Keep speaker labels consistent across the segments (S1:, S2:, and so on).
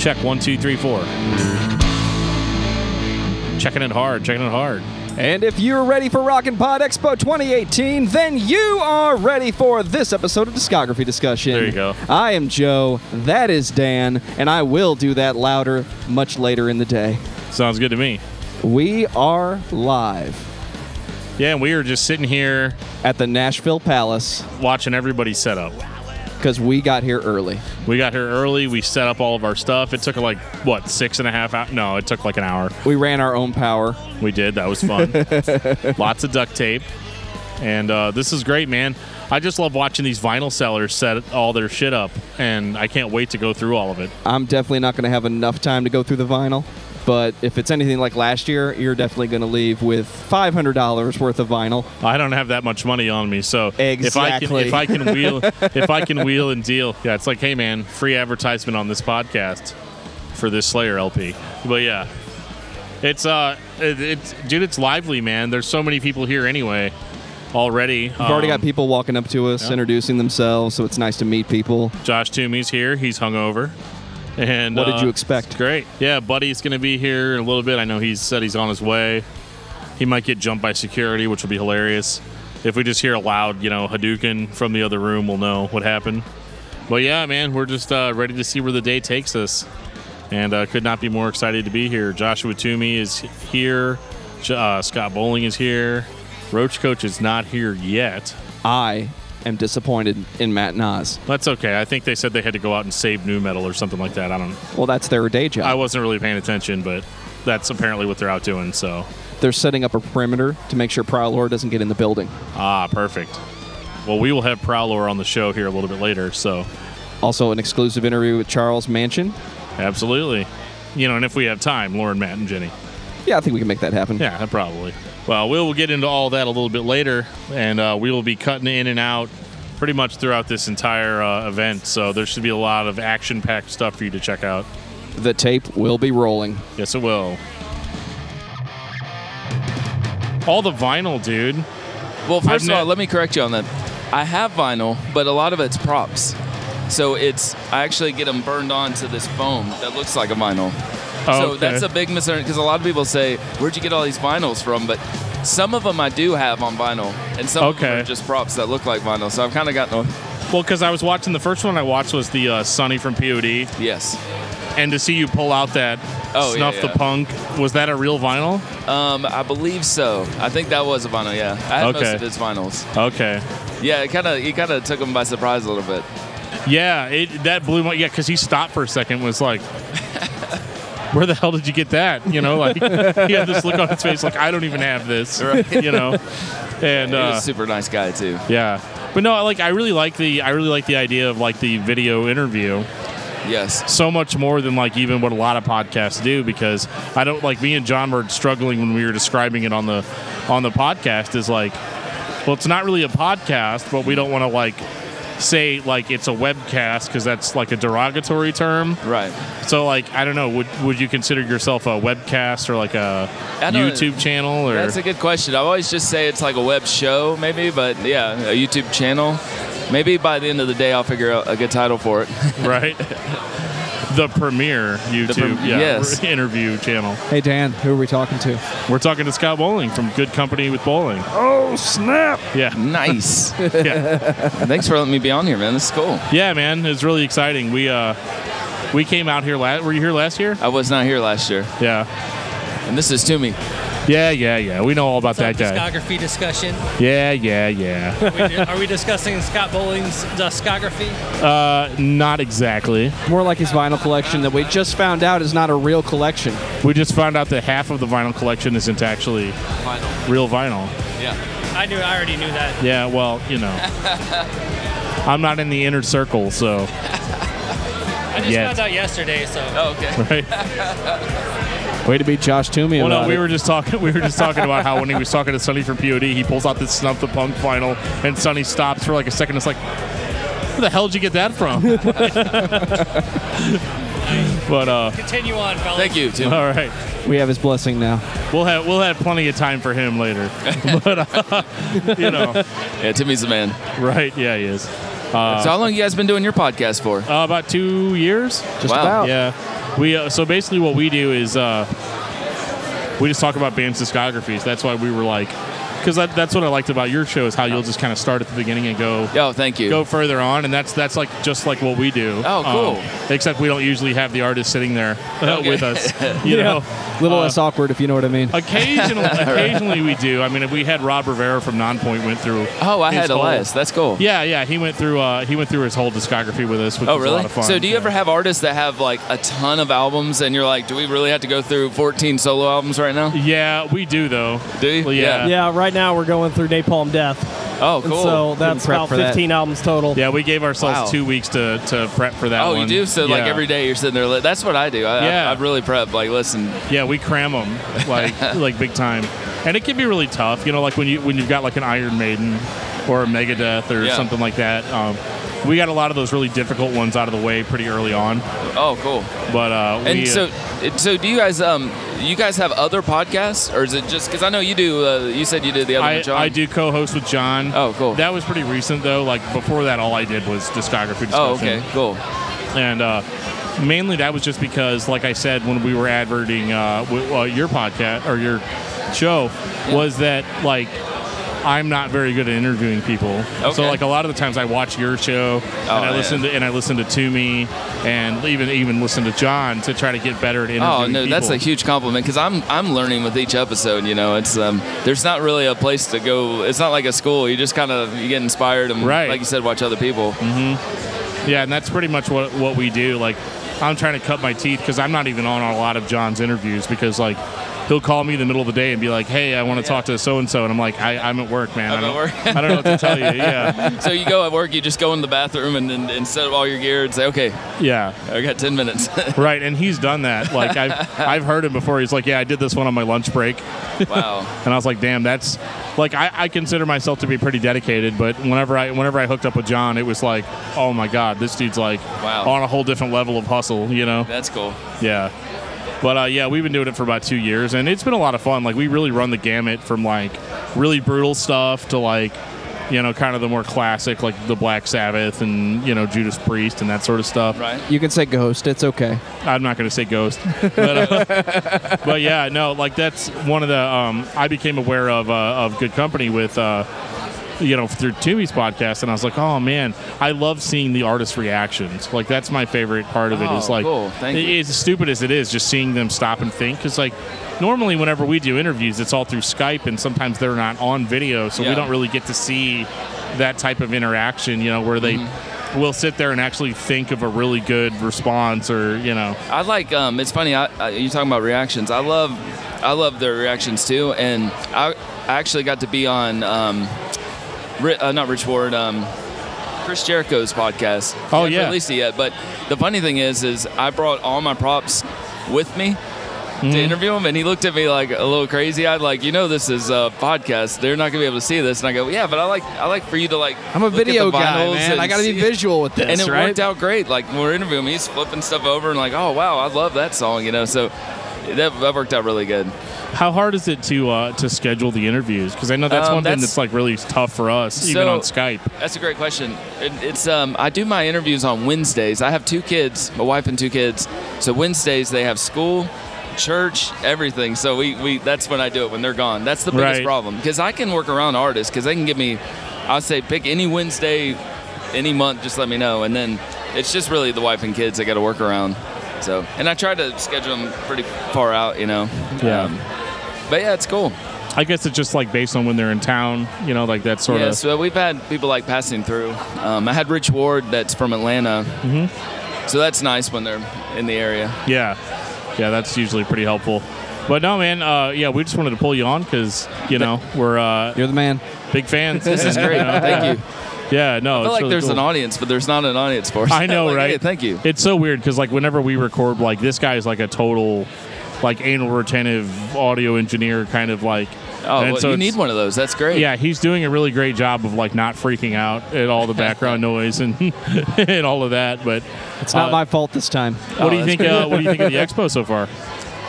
S1: Check one, two, three, four. Checking it hard, checking it hard.
S2: And if you're ready for Rock and Pod Expo 2018, then you are ready for this episode of Discography Discussion.
S1: There you go.
S2: I am Joe, that is Dan, and I will do that louder much later in the day.
S1: Sounds good to me.
S2: We are live
S1: Yeah, and we are just sitting here
S2: at the Nashville Palace
S1: watching everybody set up.
S2: because we got here early.
S1: We got here early. We set up all of our stuff. It took like what six and a half hours? No, it took like an hour.
S2: We ran our own power.
S1: We did. That was fun. Lots of duct tape, and uh, this is great, man. I just love watching these vinyl sellers set all their shit up, and I can't wait to go through all of it.
S2: I'm definitely not going to have enough time to go through the vinyl. But if it's anything like last year, you're definitely going to leave with $500 worth of vinyl.
S1: I don't have that much money on me, so
S2: Exactly.
S1: if I can if I can wheel if I can wheel and deal, yeah, it's like, hey man, free advertisement on this podcast for this Slayer LP. But yeah, it's uh, it, it's dude, it's lively, man. There's so many people here anyway already. We've
S2: We've already got people walking up to us, introducing themselves, so it's nice to meet people.
S1: Josh Toomey's here. He's hungover. And
S2: What did
S1: uh,
S2: you expect?
S1: it's Great. Yeah, Buddy's going to be here in a little bit. I know he said he's on his way. He might get jumped by security, which will be hilarious. If we just hear a loud, you know, Hadouken from the other room, we'll know what happened. But yeah, man, we're just uh, ready to see where the day takes us, and uh, could not be more excited to be here. Joshua Toomey is here. J- Uh, Scott Bowling is here. Roach Coach is not here yet.
S2: I am disappointed in Matt Nas.
S1: That's okay. I think they said they had to go out and save new metal or something like that. I don't.
S2: Well, that's their day job.
S1: I wasn't really paying attention, but that's apparently what they're out doing. So,
S2: They're setting up a perimeter to make sure Prowler doesn't get in the building.
S1: ah, perfect. Well, we will have Prowler on the show here a little bit later. So,
S2: Also, an exclusive interview with Charles Mansion.
S1: absolutely. You know, and if we have time, Lauren, Matt, and Jenny.
S2: Yeah, I think we can make that happen.
S1: Yeah, probably. Well, we will get into all that a little bit later, and uh, we will be cutting in and out pretty much throughout this entire uh, event. So, there should be a lot of action packed stuff for you to check out.
S2: The tape will be rolling.
S1: Yes, it will. All the vinyl, dude.
S3: Well, 1st
S1: I've
S3: of
S1: ne-
S3: all, let me correct you on that. I have vinyl, but a lot of it's props. So it's I actually get them burned onto this foam that looks like a vinyl. so
S1: Oh, Okay.
S3: that's a big misunderstanding because a lot of people say, "Where'd you get all these vinyls from?" But some of them I do have on vinyl, and some of them
S1: Okay.
S3: are just props that look like vinyl. So I've kind of gotten
S1: Well, because I was watching the first one I watched was the uh, Sonny from POD,
S3: yes.
S1: and to see you pull out that
S3: Oh, yeah,
S1: Snuff the
S3: yeah.
S1: Punk, was that a real vinyl?
S3: Um, I believe so. I think that was a vinyl. Yeah, I had
S1: Okay.
S3: most of his vinyls.
S1: Okay.
S3: Yeah, it kind of it kind of took them by surprise a little bit.
S1: Yeah, it, that blew my. Yeah, because he stopped for a second and was like, where the hell did you get that? You know, like, he had this look on his face like, I don't even have this. You know? And,
S3: He
S1: uh,
S3: was a super nice guy too.
S1: yeah. But no, I like I really like the I really like the idea of like the video interview.
S3: Yes.
S1: so much more than like even what a lot of podcasts do because I don't like me and John were struggling when we were describing it on the on the podcast is like well it's not really a podcast but we don't want to like say like it's a webcast because that's like a derogatory term
S3: Right.
S1: so like I don't know would would you consider yourself a webcast or like a
S3: I don't-
S1: YouTube channel or
S3: That's a good question. I always just say it's like a web show, maybe, but yeah, a YouTube channel. Maybe by the end of the day, I'll figure out a good title for it.
S1: right the premiere YouTube
S3: prem-
S1: yeah,
S3: yes.
S1: interview channel
S2: Hey, Dan, who are we talking to?
S1: we're talking to Scott Bowling from Good Company with Bowling
S2: Oh, snap!
S1: yeah
S3: nice.
S1: yeah
S3: Thanks for letting me be on here, man. This is cool.
S1: Yeah, man, it's really exciting. We uh, we came out here last. Were you here last year?
S3: I was not here last year,
S1: Yeah,
S3: and this is Toomey.
S1: yeah, yeah, yeah. We know all about that guy.
S4: discography discussion.
S1: Yeah, yeah, yeah.
S4: We- Are we discussing Scott Bowling's discography?
S1: uh, not exactly.
S2: More like his vinyl collection that we just found out is not a real collection.
S1: We just found out that half of the vinyl collection isn't actually
S3: Final.
S1: real vinyl.
S3: Yeah.
S4: I knew, I already knew that.
S1: Yeah, well, you know, I'm not in the inner circle, so
S4: I just
S1: Yet.
S4: found out yesterday, so
S3: Oh, okay.
S1: right.
S2: Way to beat Josh Toomey.
S1: Well, no,
S2: about
S1: we
S2: it.
S1: were just talking. We were just talking about how when he was talking to Sonny from POD, he pulls out this snuff the punk vinyl, and Sonny stops for like a second. It's like, where the hell did you get that from? but uh,
S4: continue on, fellas.
S3: Thank you, Toomey.
S1: all right,
S2: We have his blessing now.
S1: We'll have we'll have plenty of time for him later. but uh, you know,
S3: Yeah, Timmy's the man.
S1: right? Yeah, he is.
S3: so how long you guys been doing your podcast for?
S1: Uh, about two years.
S2: Just
S3: Wow.
S2: about.
S1: Yeah. We uh, so basically what we do is uh, we just talk about bands' discographies. That's why we were like, because that, that's what I liked about your show is how you'll just kind of start at the beginning and go
S3: Yo, thank you.
S1: go further on, and that's that's like just like what we do. Um,
S3: Oh, cool.
S1: except we don't usually have the artist sitting there uh,
S3: Okay.
S1: with us. You know.
S2: Little
S1: Uh,
S2: less awkward, if you know what I mean.
S1: Occasionally, occasionally we do. I mean, we had Rob Rivera from Nonpoint went through.
S3: Oh, I
S1: his
S3: had
S1: whole-
S3: Elias. That's cool.
S1: Yeah, yeah, he went through. Uh, he went through his whole discography with us, which
S3: Oh,
S1: was a
S3: really?
S1: lot of fun.
S3: So, do you ever have artists that have like a ton of albums, and you're like, do we really have to go through 14 solo albums right now?
S1: Yeah, we do though.
S3: Do you?
S1: Well, yeah.
S5: Yeah, right now we're going through Napalm Death.
S3: Oh,
S5: And
S3: cool.
S5: so that's
S2: prep
S5: about
S2: for that.
S5: 15 albums total.
S1: Yeah, we gave ourselves
S3: Wow.
S1: two weeks to, to prep for that
S3: oh,
S1: one.
S3: you do? So, like
S1: Yeah.
S3: every day you're sitting there. Li- that's what I do. I,
S1: Yeah.
S3: I, I really prep. Like, listen,
S1: Yeah, we cram them like like big time, and it can be really tough. You know, like when you when you've got like an Iron Maiden or a Megadeth or
S3: Yeah.
S1: something like that. Um, we got a lot of those really difficult ones out of the way pretty early on,
S3: oh, cool.
S1: but uh,
S3: And
S1: we,
S3: so, it- so do you guys? Um, you guys have other podcasts, or is it just because I know you do? Uh, you said you did the other
S1: I,
S3: one, John.
S1: I do co-host with John.
S3: Oh, cool.
S1: That was pretty recent though. Like before that, all I did was discography. Discussion.
S3: Oh, okay, cool.
S1: and uh, mainly that was just because, like I said, when we were adverting uh, w- uh, your podcast or your show, was that like I'm not very good at interviewing people. So
S3: Okay.
S1: like a lot of the times I watch your show and
S3: Oh,
S1: I
S3: yeah.
S1: listen to and I listen to Toomey and even even listen to John to try to get better at interviewing.
S3: Oh no,
S1: people.
S3: that's a huge compliment because I'm I'm learning with each episode. You know, it's um, there's not really a place to go. It's not like a school. You just kind of you get inspired and,
S1: Right.
S3: like you said, watch other people.
S1: Yeah, and that's pretty much what what we do. Like, I'm trying to cut my teeth because I'm not even on a lot of John's interviews because like. He'll call me in the middle of the day and be like, "Hey, I want to talk to so and so," and I'm like, I, "I'm at work, man.
S3: I'm
S1: I
S3: at
S1: don't,
S3: work."
S1: I don't know what to tell you." Yeah,
S3: so you go at work, you just go in the bathroom and, and, and set up all your gear and say, okay,
S1: yeah,
S3: I got 10 minutes.
S1: right. And he's done that. Like I've I've heard him before. He's like, "Yeah, I did this one on my lunch break,"
S3: wow.
S1: and I was like, "Damn, that's like I, I consider myself to be pretty dedicated." But whenever I whenever I hooked up with John, it was like, "Oh my God, this dude's like
S3: Wow.
S1: on a whole different level of hustle," you know?
S3: That's cool.
S1: Yeah. But uh, yeah, we've been doing it for about two years, and it's been a lot of fun. Like we really run the gamut from like really brutal stuff to like you know kind of the more classic, like the Black Sabbath and you know Judas Priest and that sort of stuff.
S3: Right.
S2: You can say ghost. It's okay.
S1: I'm not going to say Ghost, but, uh, but yeah, no, like that's one of the um, I became aware of uh, of Good Company with. Uh, you know, through Toomey's podcast, and I was like, "Oh man, I love seeing the artists' reactions. Like, that's my favorite part of it. Is
S3: Oh,
S1: like,
S3: cool. Thank
S1: it-
S3: you.
S1: as stupid as it is, just seeing them stop and think. Because like, normally whenever we do interviews, it's all through Skype, and sometimes they're not on video, so we
S3: Yeah.
S1: don't really get to see that type of interaction. You know, where they
S3: Mm-hmm.
S1: will sit there and actually think of a really good response, or you know,
S3: I like. Um, it's funny. I, I, you're talking about reactions. I love. I love their reactions too. And I, I actually got to be on, um, Ri- uh, not Rich Ward, um, Chris Jericho's podcast.
S1: Oh,
S3: They haven't
S1: yeah.
S3: released it yet. But the funny thing is, is I brought all my props with me.
S2: Mm-hmm.
S3: To interview him, and he looked at me like a little crazy. I'd like, you know, this is a podcast. They're not gonna be able to see this. And I go, yeah, but I like, I like for you to like.
S2: I'm a
S3: look at the
S2: video guy,
S3: vinyls
S2: man.
S3: and
S2: I gotta be
S3: see-
S2: visual with this,
S3: and it
S2: right?
S3: worked out great. Like when we're interviewing, him, he's flipping stuff over and like, oh wow, I love that song, you know. So that, that worked out really good.
S1: How hard is it to uh, to schedule the interviews? Because I know that's
S3: Um,
S1: one thing
S3: that's-
S1: that's like really tough for us, even
S3: So-
S1: on Skype.
S3: That's a great question. It, it's um, I do my interviews on Wednesdays. I have two kids, my wife and two kids. So Wednesdays they have school, church, everything. So we, we that's when I do it when they're gone. That's the biggest
S1: Right.
S3: problem because I can work around artists because they can give me, I'll say pick any Wednesday, any month, just let me know, and then it's just really the wife and kids I got to work around. So and I try to schedule them pretty far out, you know. Um,
S1: Yeah.
S3: but yeah, it's cool.
S1: I guess it's just like based on when they're in town, you know, like that sort
S3: yeah,
S1: of.
S3: so we've had people like passing through. Um, I had Rich Ward that's from Atlanta. Mm-hmm. So that's nice when they're in the area.
S1: Yeah, yeah, that's usually pretty helpful. But no, man, uh, yeah, we just wanted to pull you on because you know we're uh,
S2: You're the man.
S1: big fans.
S3: This is great. Thank you.
S1: yeah, no,
S3: I
S1: it's
S3: feel like
S1: really
S3: there's an
S1: cool.
S3: audience, but there's not an audience for us.
S1: I know,
S3: Like,
S1: right?
S3: hey, thank you.
S1: It's so weird because like whenever we record, like this guy is like a total, like anal retentive audio engineer kind of like.
S3: Oh,
S1: and
S3: well,
S1: so
S3: you
S1: it's-
S3: need one of those. That's great.
S1: Yeah, he's doing a really great job of like not freaking out at all the background noise and and all of that. But
S2: It's not
S1: Uh,
S2: my fault this time.
S1: what do you
S3: Oh, that's
S1: think? Uh, what do you think of the expo so far?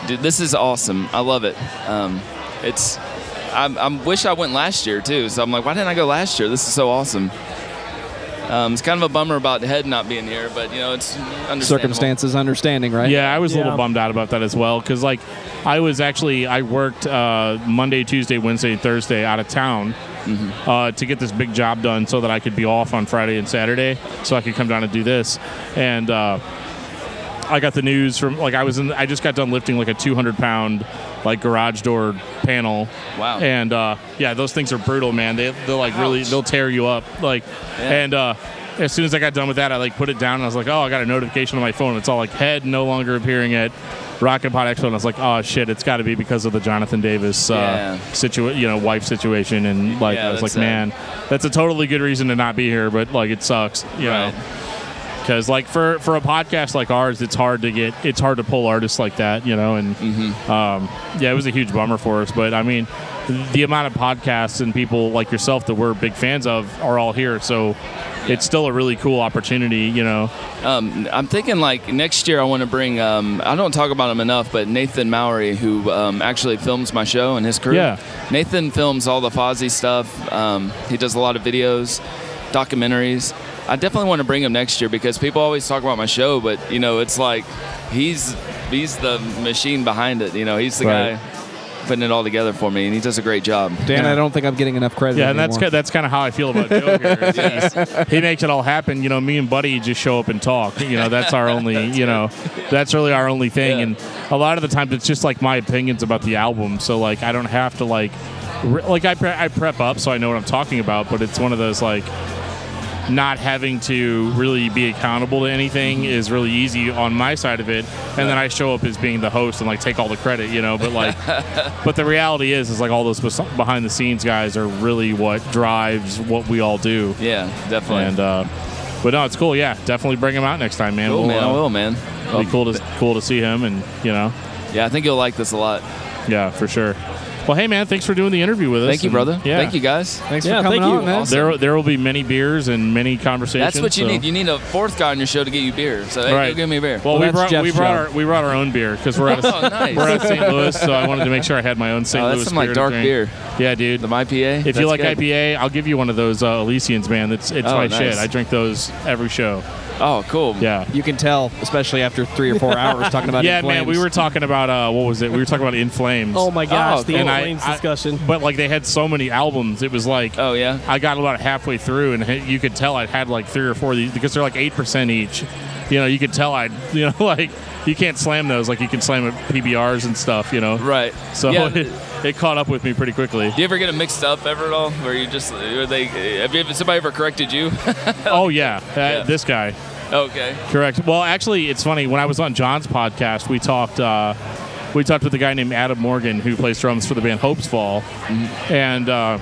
S3: dude, this is awesome. I love it. Um, it's. I, I wish I went last year too. So I'm like, why didn't I go last year? This is so awesome. Um, it's kind of a bummer about Head not being here, but you know, it's understandable.
S2: Circumstances understanding, right?
S1: Yeah, I was a
S5: Yeah.
S1: little bummed out about that as well because like I was actually I worked uh, Monday, Tuesday, Wednesday, Thursday out of town uh, to get this big job done so that I could be off on Friday and Saturday so I could come down and do this and. Uh, I got the news from like I was in. I just got done lifting like a 200 pound like garage door panel.
S3: Wow.
S1: And uh, yeah, those things are brutal, man. They they will like really
S3: Ouch.
S1: they'll tear you up. Like and uh, as soon as I got done with that, I like put it down and I was like, oh, I got a notification on my phone. It's all like head no longer appearing at Rocket Pod Expo, and I was like, oh shit, it's got to be because of the Jonathan Davis uh,
S3: Yeah.
S1: situa- you know, wife situation. And like
S3: Yeah,
S1: I was like,
S3: that's
S1: man,
S3: sad.
S1: that's a totally good reason to not be here, but like it sucks, you
S3: Right.
S1: know because like for for a podcast like ours it's hard to get it's hard to pull artists like that you know and um, yeah it was a huge bummer for us but i mean the amount of podcasts and people like yourself that we're big fans of are all here so it's still a really cool opportunity you know
S3: Um, I'm thinking like next year I want to bring. Um, I don't talk about him enough, but Nathan Mowry, who um, actually films my show and his crew.
S1: Yeah.
S3: Nathan films all the Fozzy stuff. Um, he does a lot of videos, documentaries. I definitely want to bring him next year because people always talk about my show, but you know, it's like he's he's the machine behind it. You know, he's the
S1: Right.
S3: guy putting it all together for me, and he does a great job.
S2: Dan,
S1: Yeah.
S2: I don't think I'm getting enough credit.
S1: yeah and that's
S2: anymore.
S1: ki- that's kind of how i feel about joe here is that he makes it all happen you know me and buddy just show up and talk you know that's our only you know that's really our only thing
S3: Yeah.
S1: and a lot of the times it's just like my opinions about the album so like i don't have to like re- like I, pre- I prep up so i know what i'm talking about but it's one of those like not having to really be accountable to anything is really easy on my side of it and then i show up as being the host and like take all the credit you know but like but the reality is is like all those bes- behind the scenes guys are really what drives what we all do
S3: Yeah, definitely.
S1: and uh but no it's cool yeah definitely bring him out next time man We'll,
S3: cool, man.
S1: uh,
S3: I will, man.
S1: it'll be cool to cool to see him and you know
S3: Yeah, I think you'll like this a lot.
S1: yeah for sure well hey man thanks for doing the interview with us
S3: Thank you,
S1: and-
S3: brother.
S1: yeah
S3: Thank you, guys.
S2: Thanks
S5: Yeah,
S2: for coming
S5: thank you.
S2: on, man.
S3: Awesome.
S1: there, there will be many beers and many conversations.
S3: That's what you
S1: so-
S3: need. You need a fourth guy on your show to get you beer. So hey,
S1: Right.
S3: go give me a beer.
S1: Well,
S2: Well,
S1: we
S2: that's
S1: brought we
S2: Jeff's
S1: brought
S2: job.
S1: our we brought our own beer because we're out
S3: oh,
S1: of
S3: nice.
S1: we're out of St. Louis, so I wanted to make sure I had my own St.
S3: Oh, that's
S1: Louis
S3: some, like,
S1: beer to
S3: dark
S1: drink.
S3: beer.
S1: Yeah, dude.
S3: the IPA.
S1: if you like IPA, I'll give you one of those uh, Elysians, man. That's it's
S3: Oh,
S1: my
S3: nice.
S1: shit. I drink those every show.
S3: Oh, cool.
S1: Yeah.
S2: You can tell, especially after three or four hours talking about.
S1: yeah,
S2: In
S1: man. We
S2: Flames.
S1: were talking about uh, what was it? We were talking about In Flames.
S5: Oh my gosh,
S3: Oh,
S5: the
S3: cool.
S5: In
S1: And I-
S5: Flames
S1: I-
S5: discussion.
S1: But like they had so many albums, it was like
S3: Oh yeah.
S1: I got about halfway through, and you could tell I'd had like three or four of these because they're like eight percent each. You know, you could tell I'd you know like you can't slam those like you can slam at PBRs and stuff. You know,
S3: Right.
S1: So
S3: yeah.
S1: it,
S3: do
S1: it caught up with me pretty quickly.
S3: you ever get them mixed up ever at all? Where you just are they? Have, you, have somebody ever corrected you?
S1: Oh yeah, uh,
S3: Yeah.
S1: this guy.
S3: okay.
S1: Correct. Well, actually, it's funny. When I was on John's podcast, we talked. Uh, we talked with a guy named Adam Morgan who plays drums for the band Hopes Fall, and uh,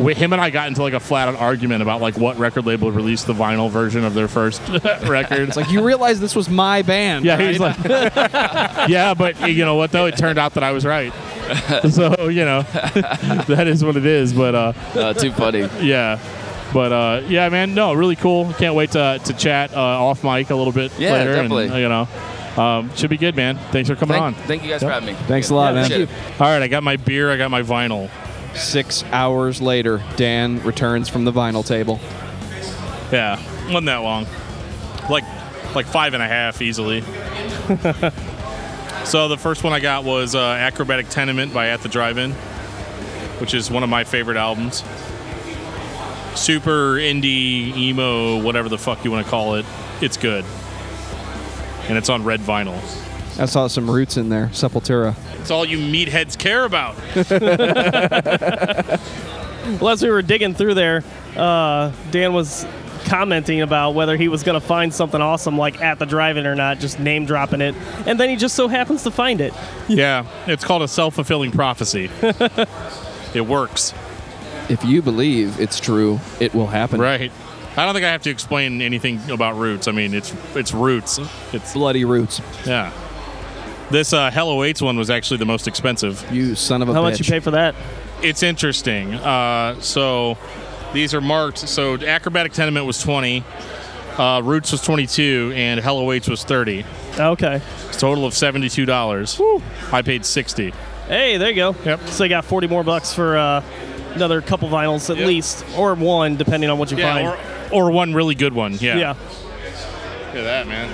S1: we, him and I got into like a flat-out argument about like what record label released the vinyl version of their first record.
S2: It's like you realize this was my band.
S1: yeah,
S2: right?
S1: he's like, yeah, but you know what though? It turned out that I was right. so you know, that is what it is. But uh,
S3: Uh, too funny.
S1: yeah. But uh, yeah, man, no, really cool. Can't wait to, to chat uh, off mic a little bit
S3: Yeah,
S1: later.
S3: definitely.
S1: And, you know, um, should be good, man. Thanks for coming
S3: Thank,
S1: on.
S3: thank you guys for having me.
S2: Thanks a lot,
S3: Yeah,
S2: man.
S3: appreciate it.
S1: All right, I got my beer, I got my vinyl.
S2: Six hours later, Dan returns from the vinyl table.
S1: Yeah, wasn't that long. Like, like five and a half easily. so the first one I got was uh, Acrobatic Tenement by At the Drive-In, which is one of my favorite albums. Super indie emo, whatever the fuck you want to call it. It's good, and it's on red vinyl.
S2: I saw some roots in there, Sepultura.
S1: It's all you meatheads care about.
S5: Well, as we were digging through there, uh, Dan was commenting about whether he was going to find something awesome like at the drive-in or not, just name dropping it, and then he just so happens to find it.
S1: yeah, it's called a self-fulfilling prophecy. it works.
S2: If you believe it's true, it will happen.
S1: Right. I don't think I have to explain anything about roots. I mean, it's it's roots. It's
S2: Bloody roots.
S1: yeah. This uh, Hell Awaits one was actually the most expensive.
S2: You son of a
S5: How
S2: bitch.
S5: much you pay for that?
S1: It's interesting. Uh, so these are marked. So Acrobatic Tenement was twenty. Uh, Roots was 22 and Hello Waits was 30.
S5: Okay.
S1: It's a total of $72. I paid 60.
S5: Hey, there you go.
S1: Yep.
S5: So you got 40 more bucks for uh, another couple vinyls at
S1: Yep.
S5: least, or one, depending on what you find.
S1: or, or one really good one. Yeah.
S5: yeah.
S1: Look at that, man.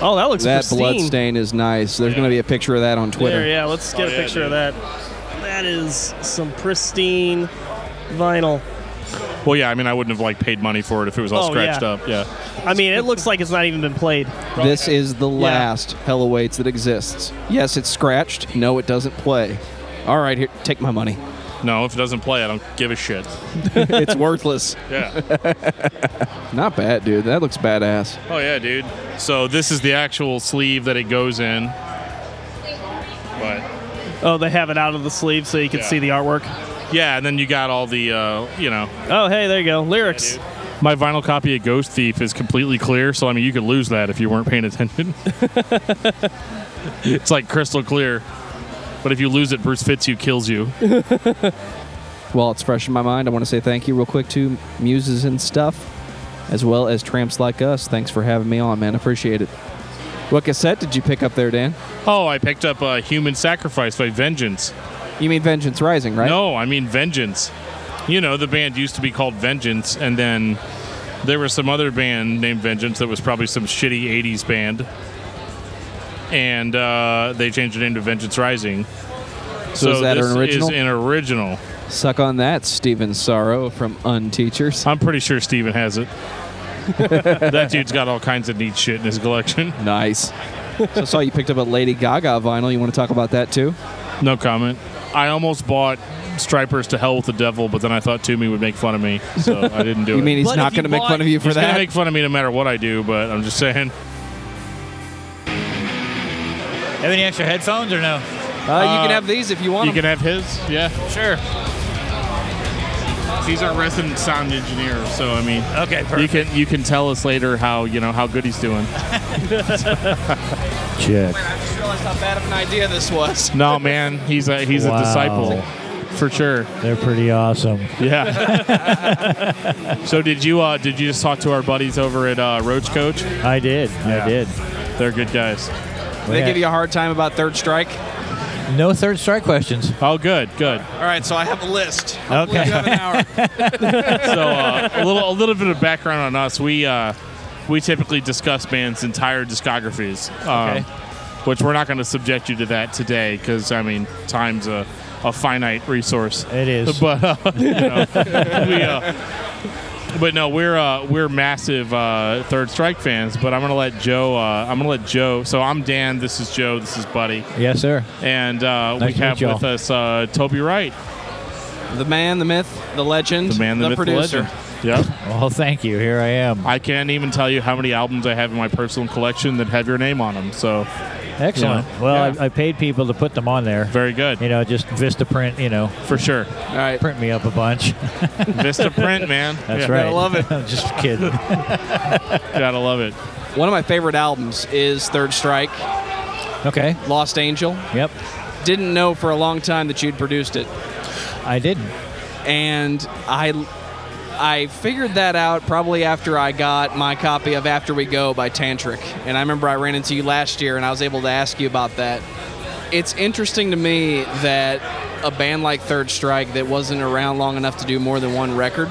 S5: Oh, that looks
S2: That
S5: pristine.
S2: blood stain is nice. There's going to be a picture of that on Twitter.
S5: There, yeah. Let's get
S1: Oh,
S5: a
S1: yeah,
S5: picture of
S1: dude.
S5: that. That is some pristine vinyl.
S1: Well, yeah, I mean, I wouldn't have like paid money for it if it was all
S5: Oh,
S1: scratched
S5: yeah.
S1: up. Yeah.
S5: I mean, it looks like it's not even been played.
S2: This is the last Hello Waits that exists. Yes, it's scratched. No, it doesn't play. All right, here, take my money.
S1: No, if it doesn't play, I don't give a shit.
S2: it's worthless.
S1: Yeah.
S2: Not bad, dude. That looks badass.
S1: Oh yeah, dude. So this is the actual sleeve that it goes in. But
S5: Oh, they have it out of the sleeve so you can
S1: Yeah.
S5: see the artwork.
S1: yeah, and then you got all the uh, you know.
S5: Oh, hey, there you go. Lyrics.
S1: My vinyl copy of Ghost Thief is completely clear, so I mean you could lose that if you weren't paying attention. it's like crystal clear. But if you lose it, Bruce Fitzhugh kills you.
S2: While it's fresh in my mind, I want to say thank you real quick to Muses and Stuff, as well as Tramps Like Us. Thanks for having me on, man. Appreciate it. What cassette did you pick up there, Dan?
S1: Oh, I picked up uh, Human Sacrifice by Vengeance.
S2: You mean Vengeance Rising, right?
S1: No, I mean Vengeance. You know, the band used to be called Vengeance, and then there was some other band named Vengeance that was probably some shitty 80s band. And uh, they changed the name to Vengeance Rising.
S2: So is that
S1: this
S2: an original?
S1: is an original.
S2: Suck on that, Steven Sorrow from Unteachers.
S1: I'm pretty sure Steven has it. that dude's got all kinds of neat shit in his collection.
S2: Nice. so I saw you picked up a Lady Gaga vinyl. You want to talk about that too?
S1: No comment. I almost bought Stripers to Hell with the Devil, but then I thought Toomey would make fun of me, so I didn't do it.
S2: You mean he's
S5: But
S2: not
S5: if you
S2: going to make
S5: want-
S2: fun of you for
S1: He's
S2: that?
S1: gonna make fun of me no matter what I do, but I'm just saying.
S6: Have any extra headphones or no?
S2: uh, you can have these if you want.
S1: You
S2: 'em.
S1: can have his, yeah. Sure. He's our resident sound engineer, so I mean,
S6: Okay, perfect.
S1: you can you can tell us later how you know how good he's doing.
S2: I just realized how bad of an idea this was.
S1: No, man, he's a he's
S6: Wow.
S1: a disciple for sure.
S6: They're pretty awesome.
S1: Yeah. so did you uh did you just talk to our buddies over at uh, Roach Coach?
S6: I did. I did.
S1: They're good guys.
S2: They give you a hard time about Third Strike.
S6: no third strike questions.
S1: Oh, good, good.
S2: All right, so I have a list.
S6: Okay.
S1: So uh, a little a little bit of background on us. We uh, we typically discuss bands' entire discographies, um,
S6: Okay.
S1: which we're not going to subject you to that today because I mean time's a, a finite resource.
S6: It is.
S1: But uh, you know, we, uh, but no, we're uh, we're massive uh, Third Strike fans. But I'm gonna let Joe. Uh, I'm gonna let Joe. So I'm Dan. This is Joe. This is Buddy.
S6: yes, sir.
S1: And uh, we
S6: Nice to meet
S1: have
S6: y'all.
S1: with us uh, Toby Wright,
S2: The man, the myth, the legend,
S1: the man, the, myth, the
S2: producer.
S1: legend. Yep.
S6: Well, thank you. Here I am.
S1: I can't even tell you how many albums I have in my personal collection that have your name on them. So
S6: Excellent.
S1: Yeah.
S6: Well,
S1: Yeah.
S6: I, I paid people to put them on there.
S1: very good
S6: You know, just Vista print. You know,
S1: for sure.
S2: All right,
S6: print me up a bunch.
S1: Vista Print, man.
S6: That's
S1: Yeah,
S6: right.
S2: I love it.
S6: I'm just kidding.
S1: Gotta love it.
S2: one of my favorite albums is Third Strike,
S6: Okay.
S2: Lost Angel.
S6: Yep.
S2: Didn't know for a long time that you'd produced it,
S6: I didn't.
S2: and I, I figured that out probably after I got my copy of After We Go by Tantric, and I remember I ran into you last year, and I was able to ask you about that. It's interesting to me that a band like Third Strike that wasn't around long enough to do more than one record,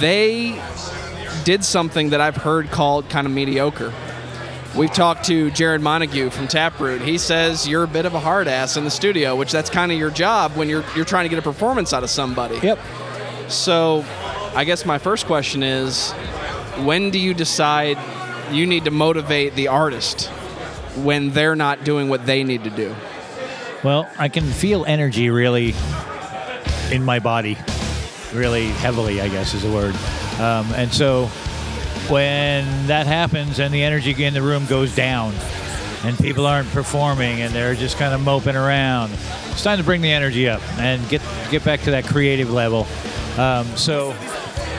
S2: they did something that I've heard called kind of mediocre. We've talked to Jared Montague from Taproot. He says you're a bit of a hard ass in the studio, which that's kind of your job when you're you're trying to get a performance out of somebody.
S6: Yep.
S2: So, I guess my first question is, when do you decide you need to motivate the artist when they're not doing what they need to do?
S6: Well, I can feel energy really in my body, really heavily, I guess is the word. Um, and so when that happens and the energy in the room goes down and people aren't performing and they're just kind of moping around, it's time to bring the energy up and get, get back to that creative level. Um, so,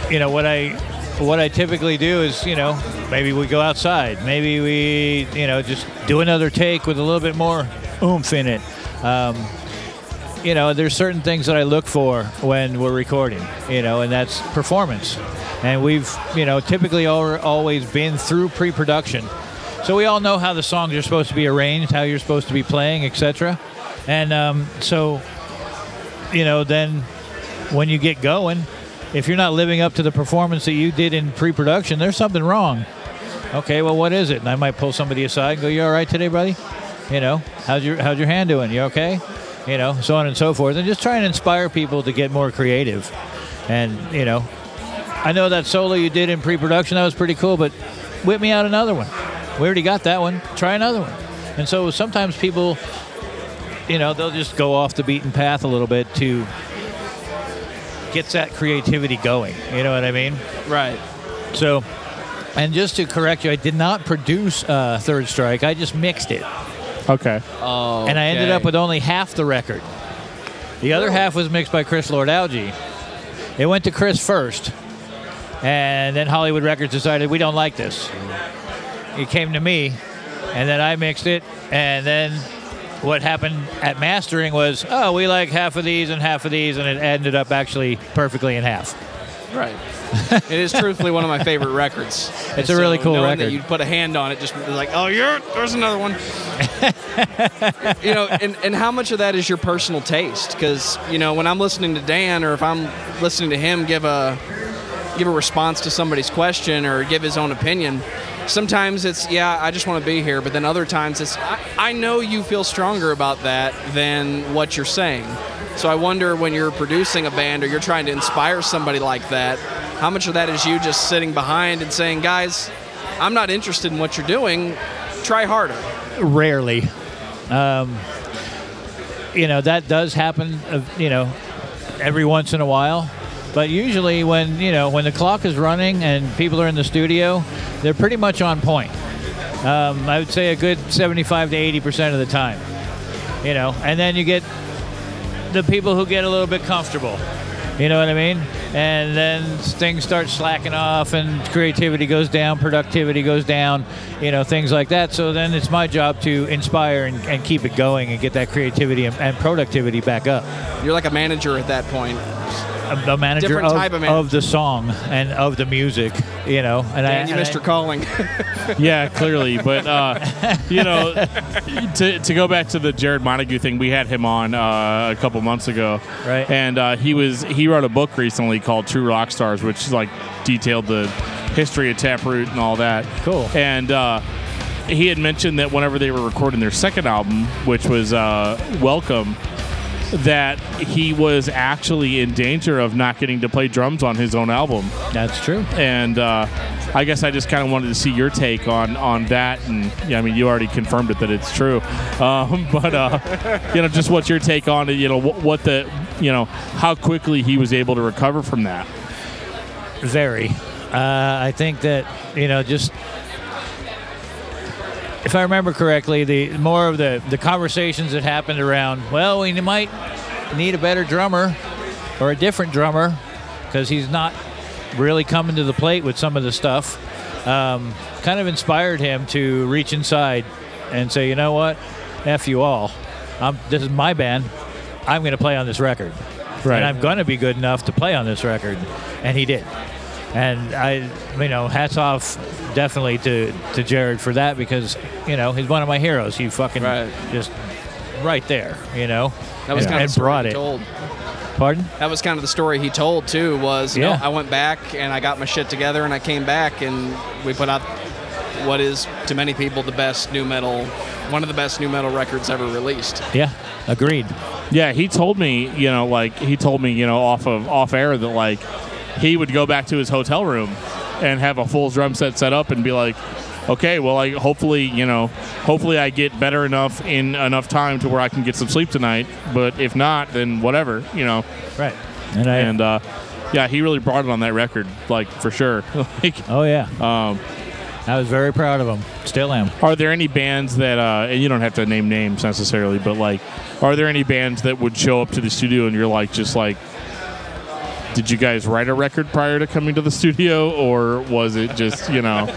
S6: you know, what I. What I typically do is, you know, maybe we go outside. Maybe we, you know, just do another take with a little bit more oomph in it you know, there's certain things that I look for when we're recording, you know, and that's performance. And we've, you know, typically al- always been through pre-production, so we all know how the songs are supposed to be arranged, how you're supposed to be playing, etc. And um, so, you know, then when you get going, if you're not living up to the performance that you did in pre-production, there's something wrong. Okay, well, what is it? And I might pull somebody aside and go, "You all right today, buddy? You know, how's your how's your hand doing? You okay? You know, so on and so forth, and just try and inspire people to get more creative. And you know, I know that solo you did in pre-production that was pretty cool, but whip me out another one. We already got that one. Try another one. And so sometimes people, you know, they'll just go off the beaten path a little bit to gets that creativity going. You know what I mean?
S2: Right.
S6: So, and just to correct you, I did not produce uh, Third Strike. I just mixed it,
S5: Okay.
S2: Oh.
S6: and I ended
S2: okay.
S6: up with only half the record. The other half was mixed by Chris Lord Alge. It went to Chris first, and then Hollywood Records decided we don't like this. It came to me, and then I mixed it, and then. What happened at mastering was, oh, we like half of these and half of these, and it ended up actually perfectly in half.
S2: Right. it is truthfully one of my favorite records.
S6: It's a really cool
S2: knowing That
S6: record.
S2: you put a hand on it, just like, oh, you're, there's another one. you know, and, and how much of that is your personal taste? Because you know, when I'm listening to Dan, or if I'm listening to him give a give a response to somebody's question or give his own opinion. Sometimes it's yeah, I just want to be here, but then other times it's I, I know you feel stronger about that than what you're saying. So I wonder when you're producing a band or you're trying to inspire somebody like that, how much of that is you just sitting behind and saying, "Guys, I'm not interested in what you're doing. Try harder."
S6: rarely. Um, you know that does happen. Uh, you know, every once in a while, but usually when you know when the clock is running and people are in the studio, they're pretty much on point. Um, I would say a good 75 to 80 percent of the time. You know, and then you get the people who get a little bit comfortable. You know what I mean? And then things start slacking off, and creativity goes down, productivity goes down, you know, things like that. So then it's my job to inspire and, and keep it going and get that creativity and, and productivity back up.
S2: You're like a manager at that point.
S6: A, a manager,
S2: Different
S6: of,
S2: type of manager.
S6: of the song and of the music, you know. And I,
S2: And you
S6: and
S2: missed
S6: I-
S2: your calling.
S1: Yeah, clearly. But uh, you know, to, to go back to the Jared Montague thing, we had him on uh, a couple months ago,
S6: Right.
S1: And uh, he was he wrote a book recently called True Rock Stars, which like detailed the history of Taproot and all that.
S6: Cool.
S1: And uh, he had mentioned that whenever they were recording their second album, which was uh, Welcome. That he was actually in danger of not getting to play drums on his own album
S6: That's true.
S1: and uh, I guess I just kind of wanted to see your take on on that. And yeah, I mean, you already confirmed it that it's true, um, but uh, you know, just what's your take on it? You know, what, what the you know how quickly he was able to recover from that.
S6: Very. Uh, I think that you know just. If I remember correctly, the more of the, the conversations that happened around, well, we might need a better drummer or a different drummer because he's not really coming to the plate with some of the stuff, um, kind of inspired him to reach inside and say, you know what, F you all. I'm, this is my band. I'm going to play on this record.
S1: Right.
S6: And I'm going to be good enough to play on this record. And he did. And I, you know, hats off definitely to, to Jared for that because, you know, he's one of my heroes. He fucking
S2: Right.
S6: just right there, you know.
S2: That was
S6: and,
S2: kind of
S6: and
S2: the story
S6: brought
S2: he
S6: it.
S2: told.
S6: Pardon?
S2: that was kind of the story he told too was you
S6: Yeah.
S2: know, i went back and i got my shit together and i came back and we put out what is to many people the best new metal one of the best new metal records ever released
S6: Yeah, agreed.
S1: Yeah, he told me, you know, like he told me, you know, off of off air that like he would go back to his hotel room and have a full drum set set up and be like, okay, well, I hopefully, you know, hopefully I get better enough in enough time to where I can get some sleep tonight. But if not, then whatever, you know.
S6: Right. And I,
S1: and uh, yeah, he really brought it on that record, like for sure. like,
S6: oh yeah,
S1: um,
S6: I was very proud of him. Still am.
S1: are there any bands that, uh, and you don't have to name names necessarily, but like, are there any bands that would show up to the studio and you're like, just like, Did you guys write a record prior to coming to the studio, or was it just you know?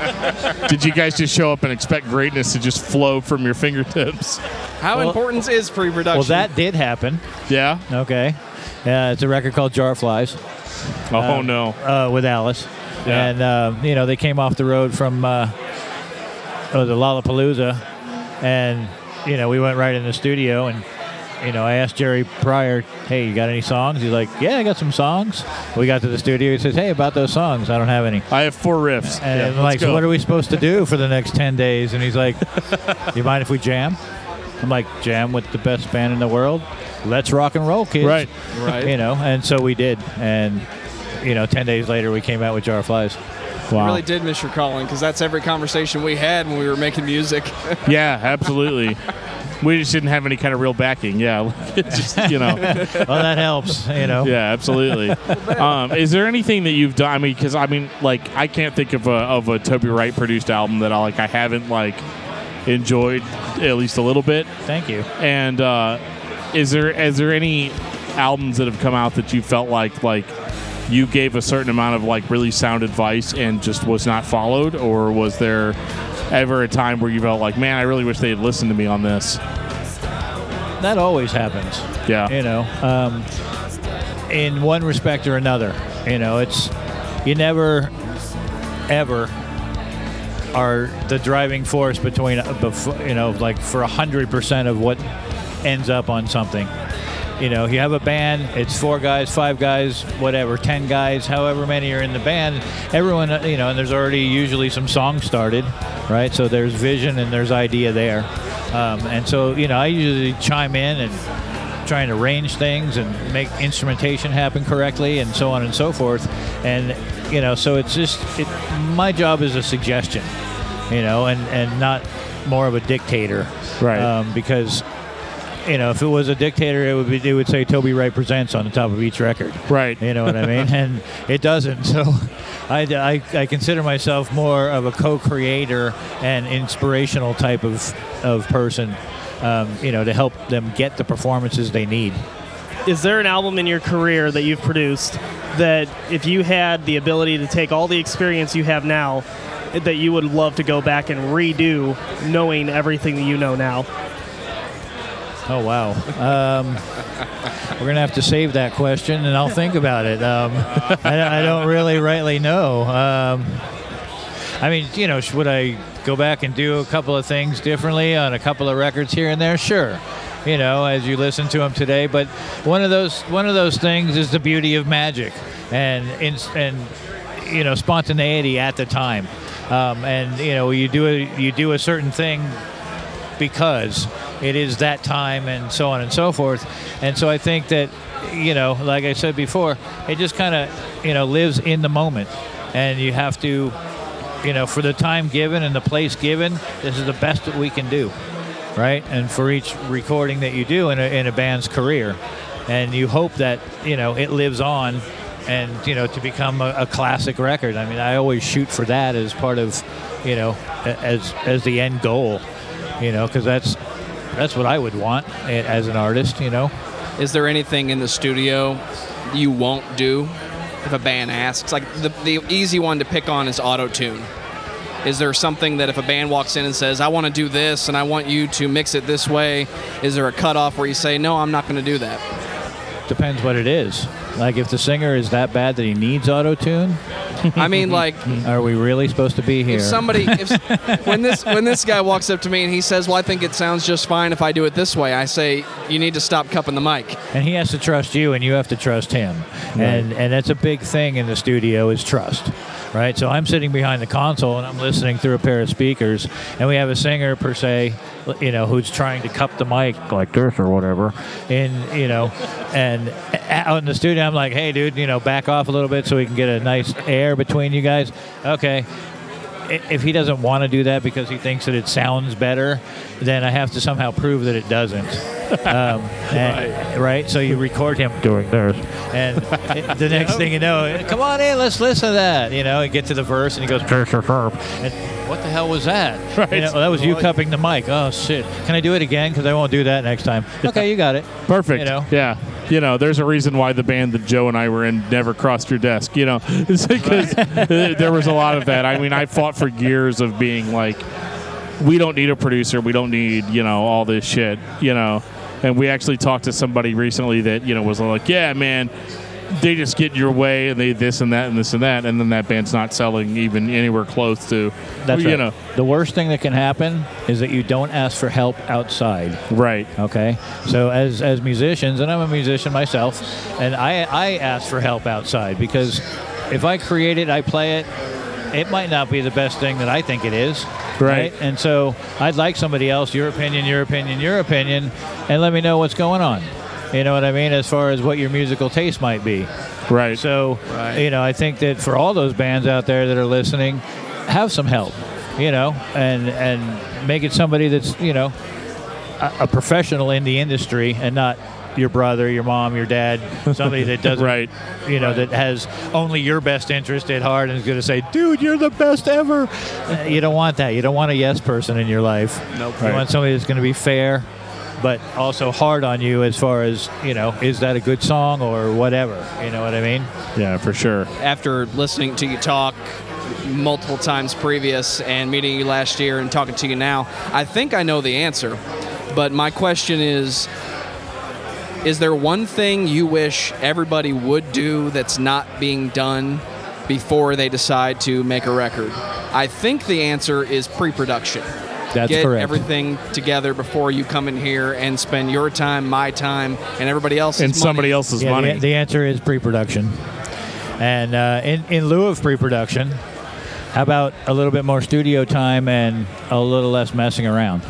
S1: did you guys just show up and expect greatness to just flow from your fingertips?
S2: How important is pre-production?
S6: Well, that did happen.
S1: Yeah.
S6: Okay. Uh, it's a record called Jar Flies
S1: Oh no.
S6: uh, with Alice.
S1: Yeah.
S6: And, uh, you know, they came off the road from uh, oh, the Lollapalooza. And, you know, we went right in the studio. And, you know, I asked Jerry Pryor, hey, you got any songs? He's like, yeah, I got some songs. We got to the studio. He says, hey, about those songs. I don't have any.
S1: I have four riffs.
S6: And
S1: Yeah,
S6: I'm
S1: let's
S6: like, so
S1: go.
S6: what are we supposed to do for the next 10 days? And he's like, you mind if we jam? I'm like, jam with the best band in the world? Let's rock and roll, kids.
S1: Right.
S2: Right.
S6: You know, and so we did. And, you know, 10 days later, we came out with Jar of Flies.
S2: I
S1: Wow.
S2: really did miss your calling because that's every conversation we had when we were making music.
S1: Yeah, absolutely. we just didn't have any kind of real backing. Yeah, like, it's just you know.
S6: Oh, that helps, you know.
S1: Yeah, absolutely. um, is there anything that you've done? I mean, because I mean, like, I can't think of a of a Toby Wright produced album that I like. I haven't like enjoyed at least a little bit.
S6: Thank you.
S1: And uh, is there is there any albums that have come out that you felt like like you gave a certain amount of like really sound advice and just was not followed, or was there ever a time where you felt like, man, I really wish they had listened to me on this?
S6: That always happens.
S1: Yeah.
S6: You know, um, in one respect or another. You know, it's, you never, ever are the driving force between, bef- you know, like for 100% of what ends up on something. You know, you have a band, it's four guys, five guys, whatever, ten guys, however many are in the band. Everyone, uh, you know, and there's already usually some songs started, right? So there's vision and there's idea there. Um, and so, you know, I usually chime in and try and arrange things and make instrumentation happen correctly and so on and so forth. And, you know, so it's just, it, my job is a suggestion, you know, and, and not more of a dictator.
S1: Right.
S6: Um, because you know, if it was a dictator, it would be it would say Toby Wright presents on the top of each record.
S1: Right.
S6: You know what I mean? and it doesn't. So, I, I, I consider myself more of a co-creator and inspirational type of of person. Um, you know, to help them get the performances they need.
S5: Is there an album in your career that you've produced that if you had the ability to take all the experience you have now, that you would love to go back and redo, knowing everything that you know now?
S6: Oh wow. Um, we're gonna have to save that question, and I'll think about it. Um, I, I don't really rightly know. Um, I mean, you know, sh- would I go back and do a couple of things differently on a couple of records here and there? Sure. You know, as you listen to them today, but one of those one of those things is the beauty of magic and ins- and you know spontaneity at the time, um, and you know you do a you do a certain thing because it is that time and so on and so forth. And so I think that, you know, like I said before, it just kind of, you know, lives in the moment. And you have to, you know, for the time given and the place given, this is the best that we can do, right? And for each recording that you do in a, in a band's career. And you hope that, you know, it lives on and, you know, to become a, a classic record. I mean, I always shoot for that as part of, you know, a- as, as the end goal you know, because that's that's what I would want a- as an artist, you know.
S2: Is there anything in the studio you won't do if a band asks? Like the, the easy one to pick on is auto tune. Is there something that if a band walks in and says, I want to do this and I want you to mix it this way, is there a cutoff where you say, no, I'm not going to do that?
S6: Depends what it is. Like if the singer is that bad that he needs auto tune,
S2: I mean, like,
S6: are we really supposed to be here?
S2: if somebody, if, when, this, when this guy walks up to me and he says, Well, I think it sounds just fine if I do it this way, I say, You need to stop cupping the mic.
S6: and he has to trust you and you have to trust him and and that's a big thing in the studio is trust right so i'm sitting behind the console and i'm listening through a pair of speakers and we have a singer per se you know who's trying to cup the mic like this or whatever and you know and out in the studio i'm like hey dude you know back off a little bit so we can get a nice air between you guys okay i- if he doesn't want to do that because he thinks that it sounds better, then I have to somehow prove that it doesn't. right. Um, right? So you record him doing theirs, and it- the next thing you know, come on in, let's listen to that. You know, and get to the verse, and he goes, "Sure, sure, sure." and what the hell was that?
S1: Right.
S6: You know, that was you cupping the mic. Oh shit! Can I do it again? Because I won't do that next time. Okay, you got it.
S1: Perfect.
S6: You know?
S1: Yeah. You know, there's a reason why the band that Joe and I were in never crossed your desk. You know, it's because there was a lot of that. I mean, I fought for years of being like, we don't need a producer. We don't need, you know, all this shit, you know. And we actually talked to somebody recently that, you know, was like, yeah, man, they just get in your way and they this and that and this and that. And then that band's not selling even anywhere close to,
S6: That's
S1: you
S6: right.
S1: know,
S6: The worst thing that can happen is that you don't ask for help outside.
S1: right.
S6: Okay, so as as musicians, and I'm a musician myself, and I I ask for help outside because if I create it, I play it, it might not be the best thing that I think it is.
S1: Right.
S6: And so I'd like somebody else, your opinion, your opinion, your opinion, and let me know what's going on. You know what I mean? As far as what your musical taste might be.
S1: Right.
S6: So, you know, I think that for all those bands out there that are listening, have some help, you know, and and make it somebody that's you know a, a professional in the industry and not your brother, your mom, your dad, somebody that doesn't,
S1: Right.
S6: you know, that has only your best interest at heart and is going to say, "Dude, you're the best ever." Uh, you don't want that. You don't want a yes person in your life. Nope. You
S1: Right.
S6: want somebody that's going to be fair, but also hard on you as far as you know, is that a good song or whatever? You know what I mean?
S1: yeah, for sure.
S2: after listening to you talk multiple times previous and meeting you last year and talking to you now, I think I know the answer. But my question is Is there one thing you wish everybody would do that's not being done before they decide to make a record? I think the answer is pre production.
S6: That's
S2: Get
S6: correct.
S2: everything together before you come in here and spend your time, my time, and everybody else's
S1: And
S2: money.
S1: somebody else's
S6: Yeah,
S1: money.
S6: The, the answer is pre-production, and uh, in in lieu of pre-production, how about a little bit more studio time and a little less messing around?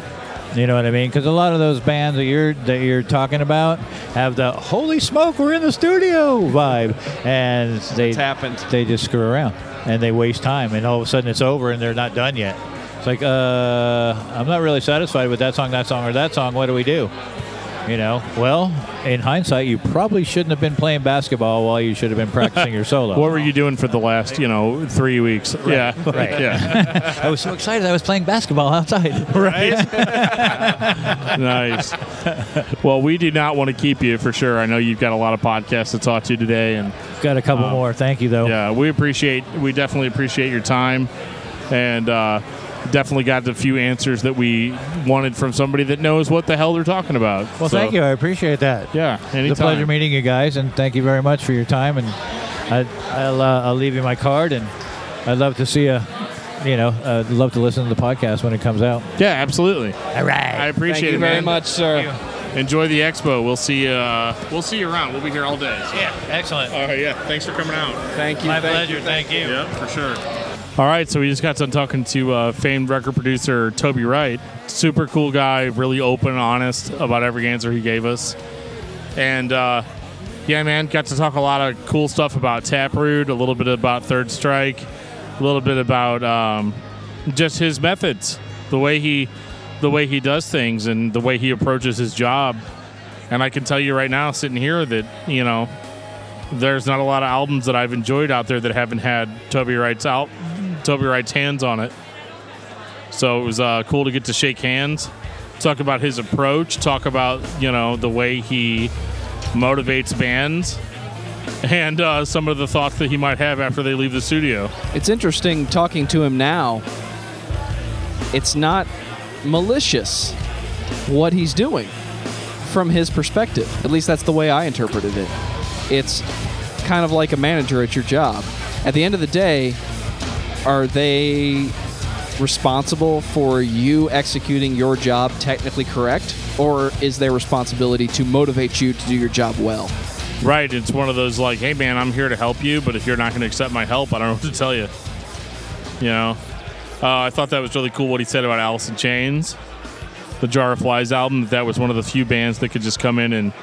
S6: You know what I mean? Because a lot of those bands that you're that you're talking about have the "Holy smoke, we're in the studio" vibe, and they
S2: It's happened.
S6: they just screw around and they waste time, and all of a sudden it's over and they're not done yet. It's like, uh, I'm not really satisfied with that song, that song, or that song. What do we do? You know, well, in hindsight, you probably shouldn't have been playing basketball while you should have been practicing your solo.
S1: What were you doing for the last, you know, three weeks? Yeah.
S6: Right.
S1: Yeah.
S6: I was so excited. I was playing basketball outside.
S1: nice. Well, we do not want to keep you for sure. I know you've got a lot of podcasts to talk to today, and
S6: Got a couple more. Thank you, though.
S1: yeah, we appreciate, we definitely appreciate your time, and uh, definitely got the few answers that we wanted from somebody that knows what the hell they're talking about.
S6: Well,
S1: So,
S6: thank you. I appreciate that.
S1: Yeah, anytime.
S6: It's a pleasure meeting you guys, and thank you very much for your time. And I, I'll, uh, I'll leave you my card, and I'd love to see you. You know, uh, love to listen to the podcast when it comes out.
S1: Yeah, absolutely.
S6: All right.
S1: I appreciate
S2: Thank
S1: it
S2: you very
S1: man.
S2: much, sir.
S1: Enjoy the expo. We'll see. Uh, we'll see you around. We'll be here all day.
S6: Yeah, excellent.
S1: All right. Yeah. Thanks for coming out.
S2: Thank you.
S6: My
S2: thank
S6: pleasure. Thank you.
S1: Yep, for sure. All right, so we just got done talking to uh, famed record producer Toby Wright. Super cool guy, really open and honest about every answer he gave us. And uh, yeah, man, got to talk a lot of cool stuff about Taproot, a little bit about Third Strike, a little bit about um, just his methods, the way he, the way he does things, and the way he approaches his job. And I can tell you right now, sitting here, that you know, there's not a lot of albums that I've enjoyed out there that haven't had Toby Wright's out Toby Wright's hands on it. So it was uh, cool to get to shake hands, talk about his approach, talk about you know the way he motivates bands, and uh, some of the thoughts that he might have after they leave the studio.
S2: It's interesting talking to him now. It's not malicious what he's doing from his perspective. At least that's the way I interpreted it. It's kind of like a manager at your job. At the end of the day, are they responsible for you executing your job technically correct or is their responsibility to motivate you to do your job well?
S1: Right? It's one of those like, hey man, I'm here to help you, but if you're not going to accept my help, I don't know what to tell you. You know, uh, I thought that was really cool what he said about Alice in Chains, the Jar of Flies album. That that was one of the few bands that could just come in and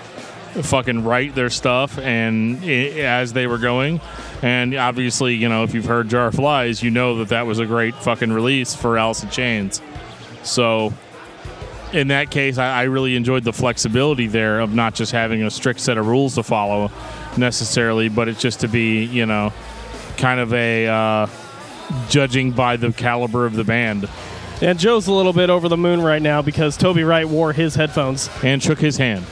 S1: fucking write their stuff and i as they were going. And obviously, you know, if you've heard Jar of Flies, you know that that was a great fucking release for Alice in Chains. So in that case, I, I really enjoyed the flexibility there of not just having a strict set of rules to follow necessarily, but it's just to be, you know, kind of a uh, judging by the caliber of the band.
S5: And Joe's a little bit over the moon right now because Toby Wright wore his headphones.
S1: And shook his hand.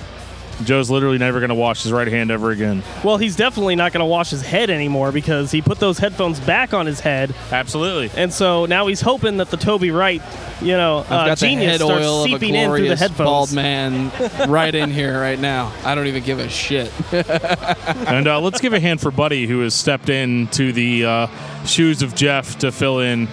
S1: Joe's literally never going to wash his right hand ever again.
S5: Well, he's definitely not going to wash his head anymore because he put those headphones back on his head,
S1: Absolutely.
S5: and so now he's hoping that the Toby Wright, you know,
S2: I've
S5: uh,
S2: got the
S5: genius
S2: head
S5: starts
S2: oil of a
S5: seeping in through the
S2: glorious bald
S5: headphones.
S2: man right in here right now. I don't even give a shit.
S1: and uh, let's give a hand for Buddy, who has stepped into the uh, shoes of Jeff to fill in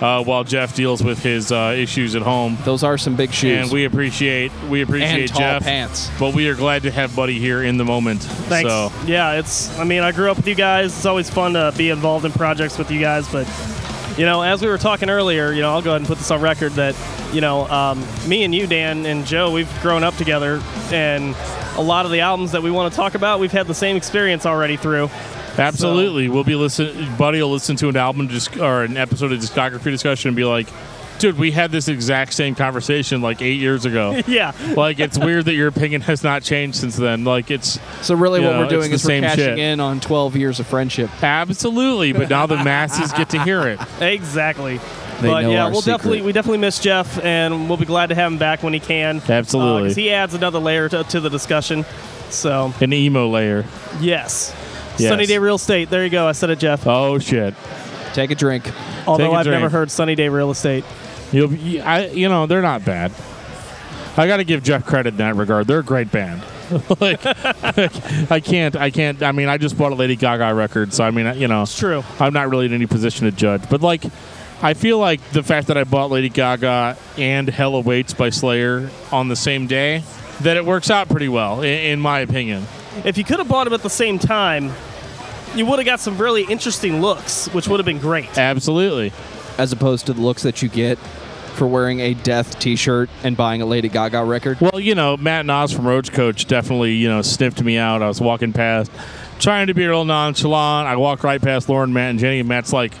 S1: uh, while Jeff deals with his uh, issues at home.
S2: Those are some big shoes.
S1: And we appreciate we appreciate
S2: And tall
S1: Jeff,
S2: pants.
S1: but we are glad to have Buddy here in the moment.
S5: Thanks.
S1: So
S5: Yeah, it's. I mean, I grew up with you guys. It's always fun to be involved in projects with you guys, but. You know, as we were talking earlier, you know, I'll go ahead and put this on record that, you know, um, me and you, Dan and Joe, we've grown up together, and a lot of the albums that we want to talk about, we've had the same experience already through.
S1: absolutely, we'll be listen. Buddy will listen to an album disc- or an episode of discography discussion and be like, "Dude, we had this exact same conversation like eight years ago."
S5: Yeah,
S1: like it's weird that your opinion has not changed since then. Like it's
S2: so really,
S1: Yeah,
S2: what we're
S1: it's
S2: doing
S1: the
S2: is we're
S1: same
S2: cashing
S1: shit.
S2: in on 12 years of friendship.
S1: absolutely, but now the masses get to hear it.
S5: exactly.
S2: They
S5: but
S2: know
S5: yeah,
S2: our
S5: we'll definitely
S2: secret.
S5: we definitely miss Jeff, and we'll be glad to have him back when he can.
S1: Absolutely.
S5: because he adds another layer to, to the discussion. So
S1: An emo layer.
S5: yes.
S1: Yes.
S5: Sunny Day Real Estate. There you go. I said it, Jeff.
S1: Oh shit.
S2: Take a drink.
S5: Although
S1: a
S5: I've never
S1: drink.
S5: heard Sunny Day Real Estate.
S1: You'll be, I, you know, they're not bad. I got to give Jeff credit in that regard. They're a great band. like, I can't, I can't. I mean, I just bought a Lady Gaga record, so I mean, you know,
S5: It's true.
S1: I'm not really in any position to judge. But like, I feel like the fact that I bought Lady Gaga and Hella Waits by Slayer on the same day, that it works out pretty well, in, in my opinion.
S5: If you could have bought them at the same time, you would have got some really interesting looks, which would have been great.
S1: Absolutely.
S2: as opposed to the looks that you get for wearing a death t-shirt and buying a Lady Gaga record.
S1: Well, you know, Matt Nas from Roach Coach definitely, you know, sniffed me out. I was walking past, trying to be real nonchalant. I walked right past Lauren, Matt, and Jenny, and Matt's like,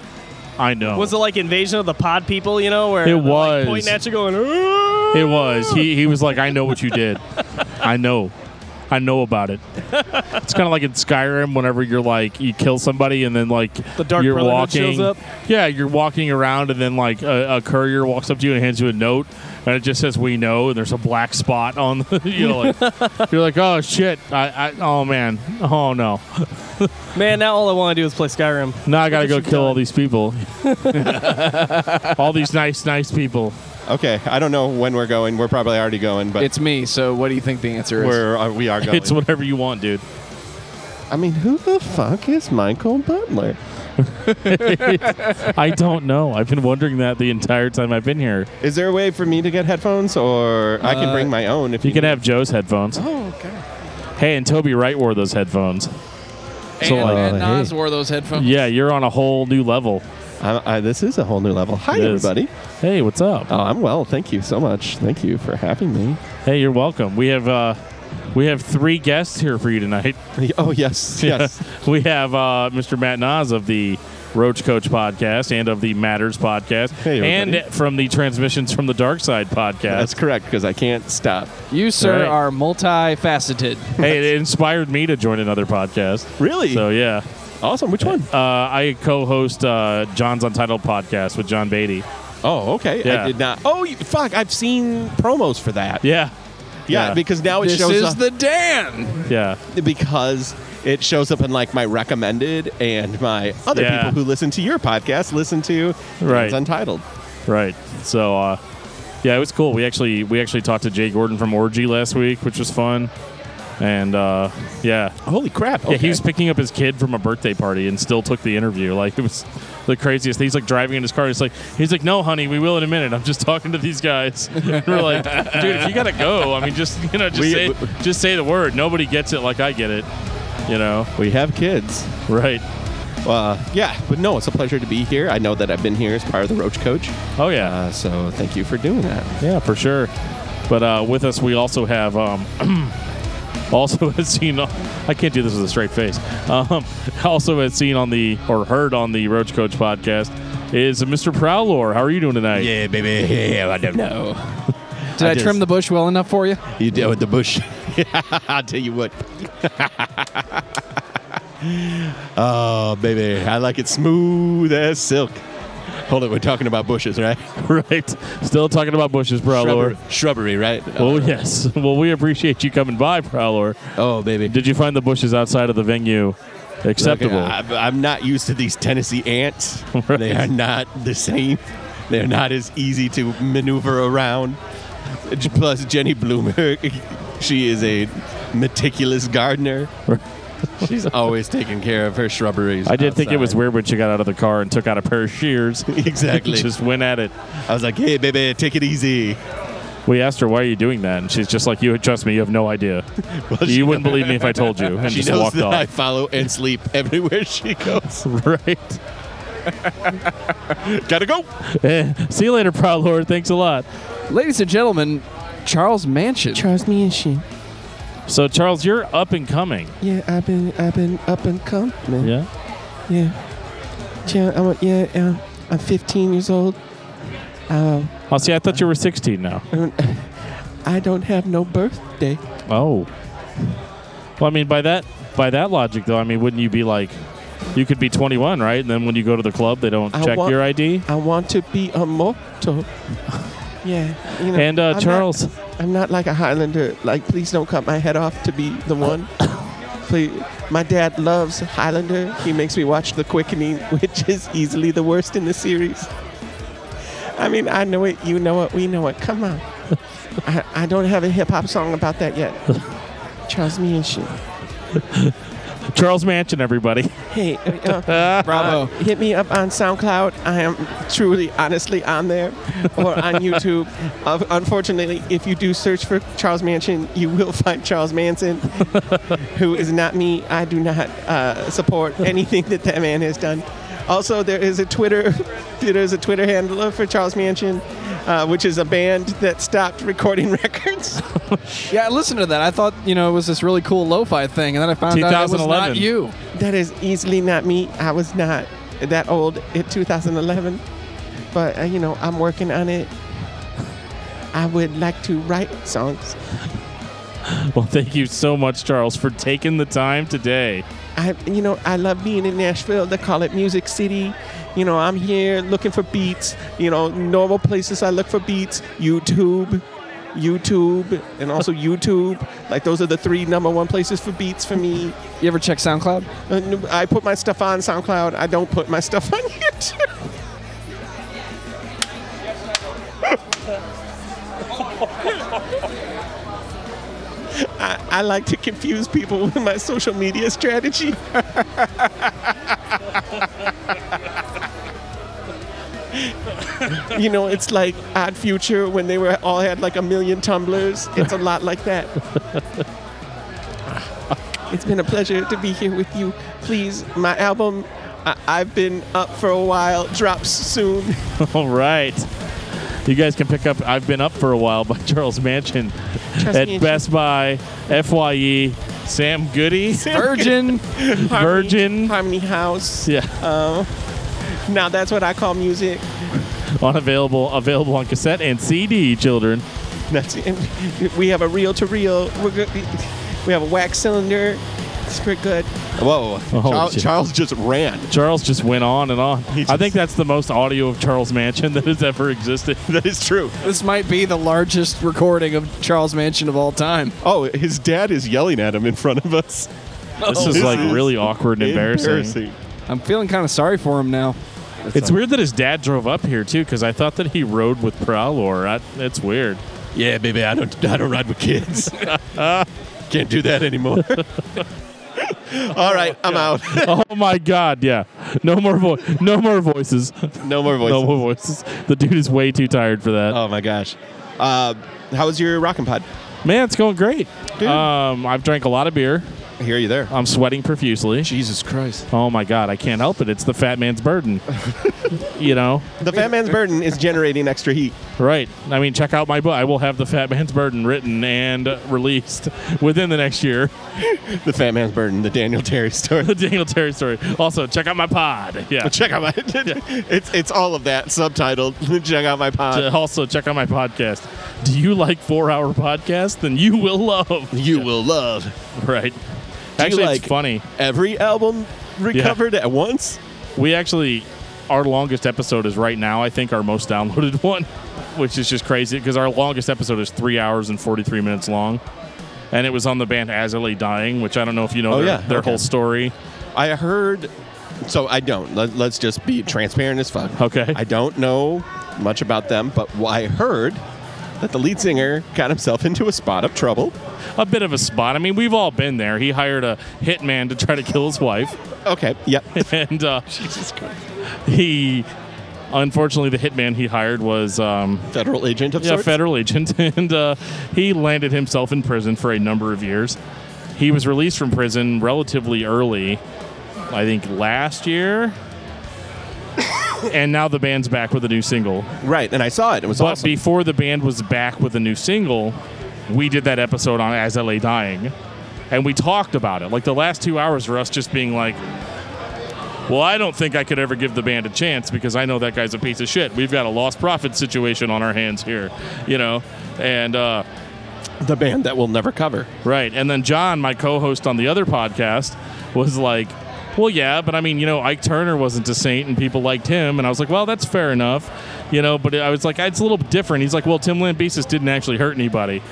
S1: I know.
S5: Was it like Invasion of the Pod People? You know, where
S1: It
S5: they're, like,
S1: was.
S5: pointing at you, going. "Ooh."
S1: it was. He, he was like, I know what you did. I know. I know about it. It's kind of like in Skyrim whenever you're like, you kill somebody and then like
S5: The Dark
S1: you're
S5: Brotherhood
S1: walking.
S5: shows up?
S1: Yeah, you're walking around and then like a, a courier walks up to you and hands you a note and it just says, we know. And there's a black spot on the, you know, like, you're like, oh shit. I, I, oh man. Oh no.
S5: Man, now all I want to do is play Skyrim.
S1: Now I gotta
S5: at
S1: go
S5: you
S1: kill all
S5: done.
S1: these people. all these nice, nice people.
S7: Okay, I don't know when we're going. We're probably already going, but
S2: It's me, so what do you think the answer is?
S7: we're uh, we are going.
S1: It's whatever you want, dude.
S7: I mean, who the fuck is Michael Butler?
S1: I don't know. I've been wondering that the entire time I've been here.
S7: Is there a way for me to get headphones, or I can
S2: Uh,
S7: bring my own? If you,
S1: You can have Joe's headphones.
S7: Oh, okay.
S1: Hey, and Toby Wright wore those headphones.
S2: and,
S1: uh,
S7: like-
S2: and
S7: Oh,
S2: Nas wore those headphones.
S1: Yeah, you're on a whole new level.
S7: I, I, this is a whole new level. Hi,
S1: It is. Uh,
S7: everybody.
S1: Hey, what's up?
S7: Oh, I'm well. Thank you so much. Thank you for having me.
S1: Hey, you're welcome. We have uh, we have three guests here for you tonight.
S7: Oh yes, yes.
S1: we have uh, Mr. Matt Nas of the Roach Coach podcast and of the Matters podcast,
S7: Hey, everybody.
S1: and from the Transmissions from the Dark Side podcast.
S7: That's correct because I can't stop.
S2: You, sir,
S1: Right.
S2: are multifaceted.
S1: hey, it inspired me to join another podcast.
S7: Really?
S1: So yeah,
S7: awesome. Which one?
S1: uh, I co-host uh, John's Untitled podcast with John Beatty.
S7: Oh, okay.
S1: Yeah.
S7: I did not. Oh, you, fuck! I've seen promos for that.
S1: Yeah,
S7: Yeah,
S1: Yeah.
S7: because now it
S2: this
S7: shows
S2: is
S7: up
S2: the Dan.
S1: yeah,
S7: because it shows up in like my recommended and my other
S1: Yeah.
S7: people who listen to your podcast listen to
S1: Right.
S7: Dan's Untitled.
S1: right. So uh, yeah, it was cool. We actually we actually talked to Jay Gordon from Orgy last week, which was fun. And uh, yeah,
S7: Holy crap!
S1: yeah, he was picking up his kid from a birthday party and still took the interview. Like it was the craziest. He's like driving in his car. He's like, he's like, no, honey, we will in a minute. I'm just talking to these guys. And we're like, dude, if you gotta go, I mean, just you know, just
S7: We-
S1: say
S7: we-
S1: just say the word. Nobody gets it like I get it. You know,
S7: we have kids.
S1: right?
S7: Uh, yeah, but no, it's a pleasure to be here. I know that I've been here as part of the Roach Coach,
S1: Oh yeah.
S7: uh, so thank you for doing that.
S1: Yeah, for sure. But uh, with us, we also have um, also has seen. I can't do this with a straight face. Um, also has seen on the or heard on the Roach Coach podcast is Mr. Prowlor. How are you doing tonight?
S8: Yeah, baby. Yeah, I don't know.
S2: Did I,
S7: just-
S2: trim the bush well enough for you?
S7: You did with the bush. I'll tell you what. oh, baby. I like it smooth as silk. Hold it. We're talking about bushes, right?
S1: right. Still talking about bushes, Prowler.
S7: Shrubbery, shrubbery, right?
S1: Oh, yes. Well, we appreciate you coming by, Prowler.
S7: oh, baby.
S1: Did you find the bushes outside of the venue acceptable?
S7: Look, I, I'm not used to these Tennessee ants.
S1: Right.
S7: They are not the same. They're not as easy to maneuver around. Plus, Jenny Bloomer, she is a meticulous gardener. She's always taking care of her shrubberies.
S1: I did think it was
S7: outside.
S1: weird when she got out of the car and took out a pair of shears.
S7: Exactly.
S1: just went at it.
S7: I was like, "Hey, baby, take it easy."
S1: We asked her, "Why are you doing that?" And she's just like, "You trust me. You have no idea.
S7: she
S1: you wouldn't believe me if I told you." And
S7: she
S1: just
S7: knows
S1: walked
S7: that
S1: off.
S7: I follow and sleep everywhere she goes.
S1: right.
S7: Gotta go.
S1: Eh, See you later, Prowler. Thanks a lot.
S2: Ladies and gentlemen, Charles Mansion.
S7: Trust me and she.
S1: So, Charles, you're up and coming.
S7: Yeah, I've been, I've been up and coming.
S1: Yeah.
S7: Yeah. Yeah, I'm, yeah, yeah. I'm 15 years old. Uh,
S1: Oh, see, I thought you were 16 now.
S7: I don't have no birthday.
S1: Oh. Well, I mean, by that by that logic, though, I mean, wouldn't you be like, you could be 21, right? And then when you go to the club, they don't
S7: I
S1: check
S7: want-
S1: your ID.
S7: I want to be a moto. Yeah. You know,
S1: And
S7: I'm
S1: uh,
S7: not-
S1: Charles,
S7: I'm not like a Highlander. Like, please don't cut my head off to be the one. please. My dad loves Highlander. He makes me watch The Quickening, which is easily the worst in the series. I mean, I know it. You know it. We know it. Come on. I, I don't have a hip hop song about that yet. Charles me and shit.
S1: Charles Mansion, everybody.
S7: Hey, uh,
S2: Bravo.
S7: hit me up on SoundCloud. I am truly, honestly on there or on YouTube. Uh, unfortunately, if you do search for Charles Manson, you will find Charles Manson, who is not me. I do not uh, support anything that that man has done. Also, there is a Twitter, there is a Twitter handle for Charles Manson, uh, which is a band that stopped recording records.
S2: Yeah, I listened to that. I thought, you know, it was this really cool lo-fi thing, and then I found out it was not
S1: 2011.
S2: you.
S7: That is easily not me. I was not that old in 2011. But, uh, you know, I'm working on it. I would like to write songs.
S1: Well, thank you so much, Charles, for taking the time today.
S7: I, you know, I love being in Nashville. They call it Music City. You know, I'm here looking for beats. You know, normal places I look for beats YouTube, YouTube, and also YouTube. Like, those are the three number one places for beats for me.
S2: You ever check SoundCloud?
S7: And Uh, I put my stuff on SoundCloud. I don't put my stuff on YouTube. I, I like to confuse people with my social media strategy. you know, it's like Odd Future when they were all had like a million tumblers. It's a lot like that. It's been a pleasure to be here with you. Please, my album, I- I've been up for a while, drops soon.
S1: All right. You guys can pick up I've Been Up for a While by Charles Mansion
S7: me,
S1: at
S7: it's-
S1: Best Buy, FYE, Sam Goody,
S2: Virgin.
S1: Virgin.
S7: Harmony House.
S1: Yeah,
S7: Now that's what I call music.
S1: on available available on cassette and CD, children.
S7: That's it. We have a reel to reel. We're good. We have a wax cylinder. It's pretty good. Whoa.
S1: Oh, Charles- shit.
S7: just ran.
S1: Charles just went on and on.
S7: He
S1: I
S7: just-
S1: think that's the most audio of Charles Mansion that has ever existed.
S7: That is true.
S2: this might be the largest recording of Charles Mansion of all time.
S7: Oh, his dad is yelling at him in front of us.
S1: This is
S7: This
S1: like
S7: is
S1: really awkward and embarrassing.
S2: I'm feeling kind of sorry for him now.
S1: It's weird that his dad drove up here too, because I thought that he rode with Prowler. I, it's weird.
S7: Yeah, baby, I don't, I don't ride with kids. Can't do that anymore. All right, I'm out.
S1: Oh my god, yeah. No more vo- no more voices.
S7: no more voices.
S1: No more voices. The dude is way too tired for that.
S7: Oh my gosh. Uh, how was your rockin' pod?
S1: Man, it's going great.
S7: Dude.
S1: Um, I've drank a lot of beer.
S8: I hear you there.
S1: I'm sweating profusely.
S8: Jesus Christ.
S1: Oh my God, I can't help it. It's the fat man's burden. you know?
S7: The fat man's burden is generating extra heat.
S1: Right. I mean, check out my book. I will have the fat man's burden written and released within the next year.
S8: The Fat Man's Burden, the Daniel Terry story.
S1: The Daniel Terry story. Also, check out my pod. Yeah.
S8: Check out my. it's it's all of that subtitled. Check out my pod.
S1: To also check out my podcast. Do you like four hour podcasts? Then you will love.
S8: You will love
S1: Right. Actually,
S8: like-
S1: it's funny.
S8: every album recovered at once.
S1: We actually, our longest episode is right now, I think, our most downloaded one, which is just crazy because our longest episode is three hours and 43 minutes long. And it was on the band Azalea Dying, which I don't know if you know
S8: Oh,
S1: their,
S8: yeah.
S1: their
S8: Okay.
S1: whole story.
S8: I heard. So I don't. Let, let's just be transparent as fuck.
S1: Okay.
S8: I don't know much about them, but wh- I heard that the lead singer got himself into a spot of trouble.
S1: a bit of a spot. I mean, we've all been there. He hired a hitman to try to kill his wife,
S8: Okay. Yep.
S1: and uh, he, unfortunately, the hitman he hired was um,
S8: Federal agent of
S1: yeah,
S8: sorts.
S1: federal agent, and uh, he landed himself in prison for a number of years. He was released from prison relatively early, I think last year. And now the band's back with a new single.
S8: Right. And I saw it. It was
S1: But
S8: awesome.
S1: before the band was back with a new single, we did that episode on As LA Dying, and we talked about it. Like the last two hours were us just being like, "Well, I don't think I could ever give the band a chance because I know that guy's a piece of shit. We've got a lost profit situation on our hands here, you know." And uh,
S8: the band that we'll never cover.
S1: Right. And then John, my co host on the other podcast, was like, well, yeah, but I mean, you know, Ike Turner wasn't a saint and people liked him. And I was like, well, that's fair enough. You know, but I was like, it's a little different. He's like, well, Tim Lambesis didn't actually hurt anybody.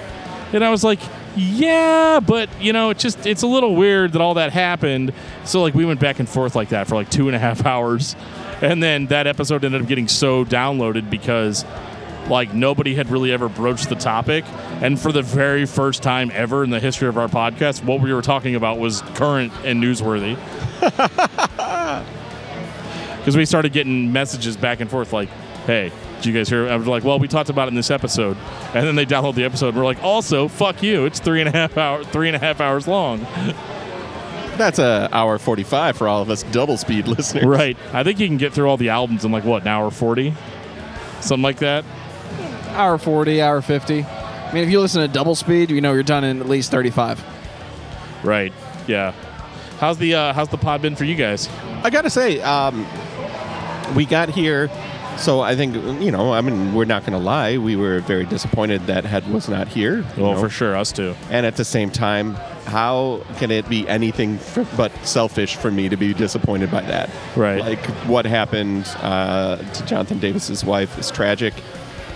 S1: And I was like, yeah, but, you know, it's just, it's a little weird that all that happened. So, like, we went back and forth like that for like two and a half hours. And then that episode ended up getting so downloaded because like nobody had really ever broached the topic and for the very first time ever in the history of our podcast what we were talking about was current and newsworthy because we started getting messages back and forth like hey did you guys hear i was like well we talked about it in this episode and then they download the episode and we're like also fuck you it's three and a half hour three and a half hours long
S8: That's a hour forty-five for all of us double speed listeners.
S1: right i think you can get through all the albums in like what an hour 40 something like that
S2: Hour 40, hour 50. I mean, if you listen to double speed, you know you're done in at least 35.
S1: right yeah how's the uh, how's the pod been for you guys
S8: I gotta say, um, we got here, so I think you know. I mean, we're not gonna lie. We were very disappointed that Head was not here. you
S1: well
S8: know.
S1: Oh, for sure us too
S8: And at the same time, how can it be anything f- but selfish for me to be disappointed by that?
S1: Right.
S8: Like what happened uh, to Jonathan Davis's wife is tragic,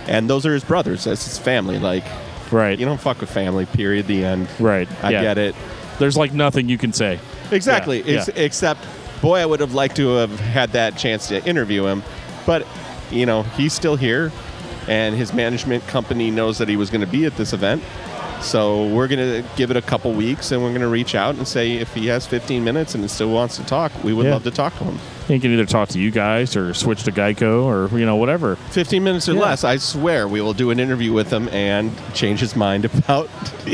S8: and those are his brothers. That's his family. Like
S1: Right.
S8: you don't fuck with family. Period. The end.
S1: Right.
S8: I
S1: Yeah.
S8: get it.
S1: There's like nothing you can say.
S8: Exactly.
S1: Yeah,
S8: Ex-
S1: yeah.
S8: Except, boy, I would have liked to have had that chance to interview him. But, you know, he's still here, and his management company knows that he was going to be at this event. So we're going to give it a couple weeks, and we're going to reach out and say if he has 15 minutes and still wants to talk, we would
S1: Yeah.
S8: love to talk to him.
S1: He can either talk to you guys or switch to Geico or you know whatever.
S8: 15 minutes or less, I swear we will do an interview with him and change his mind about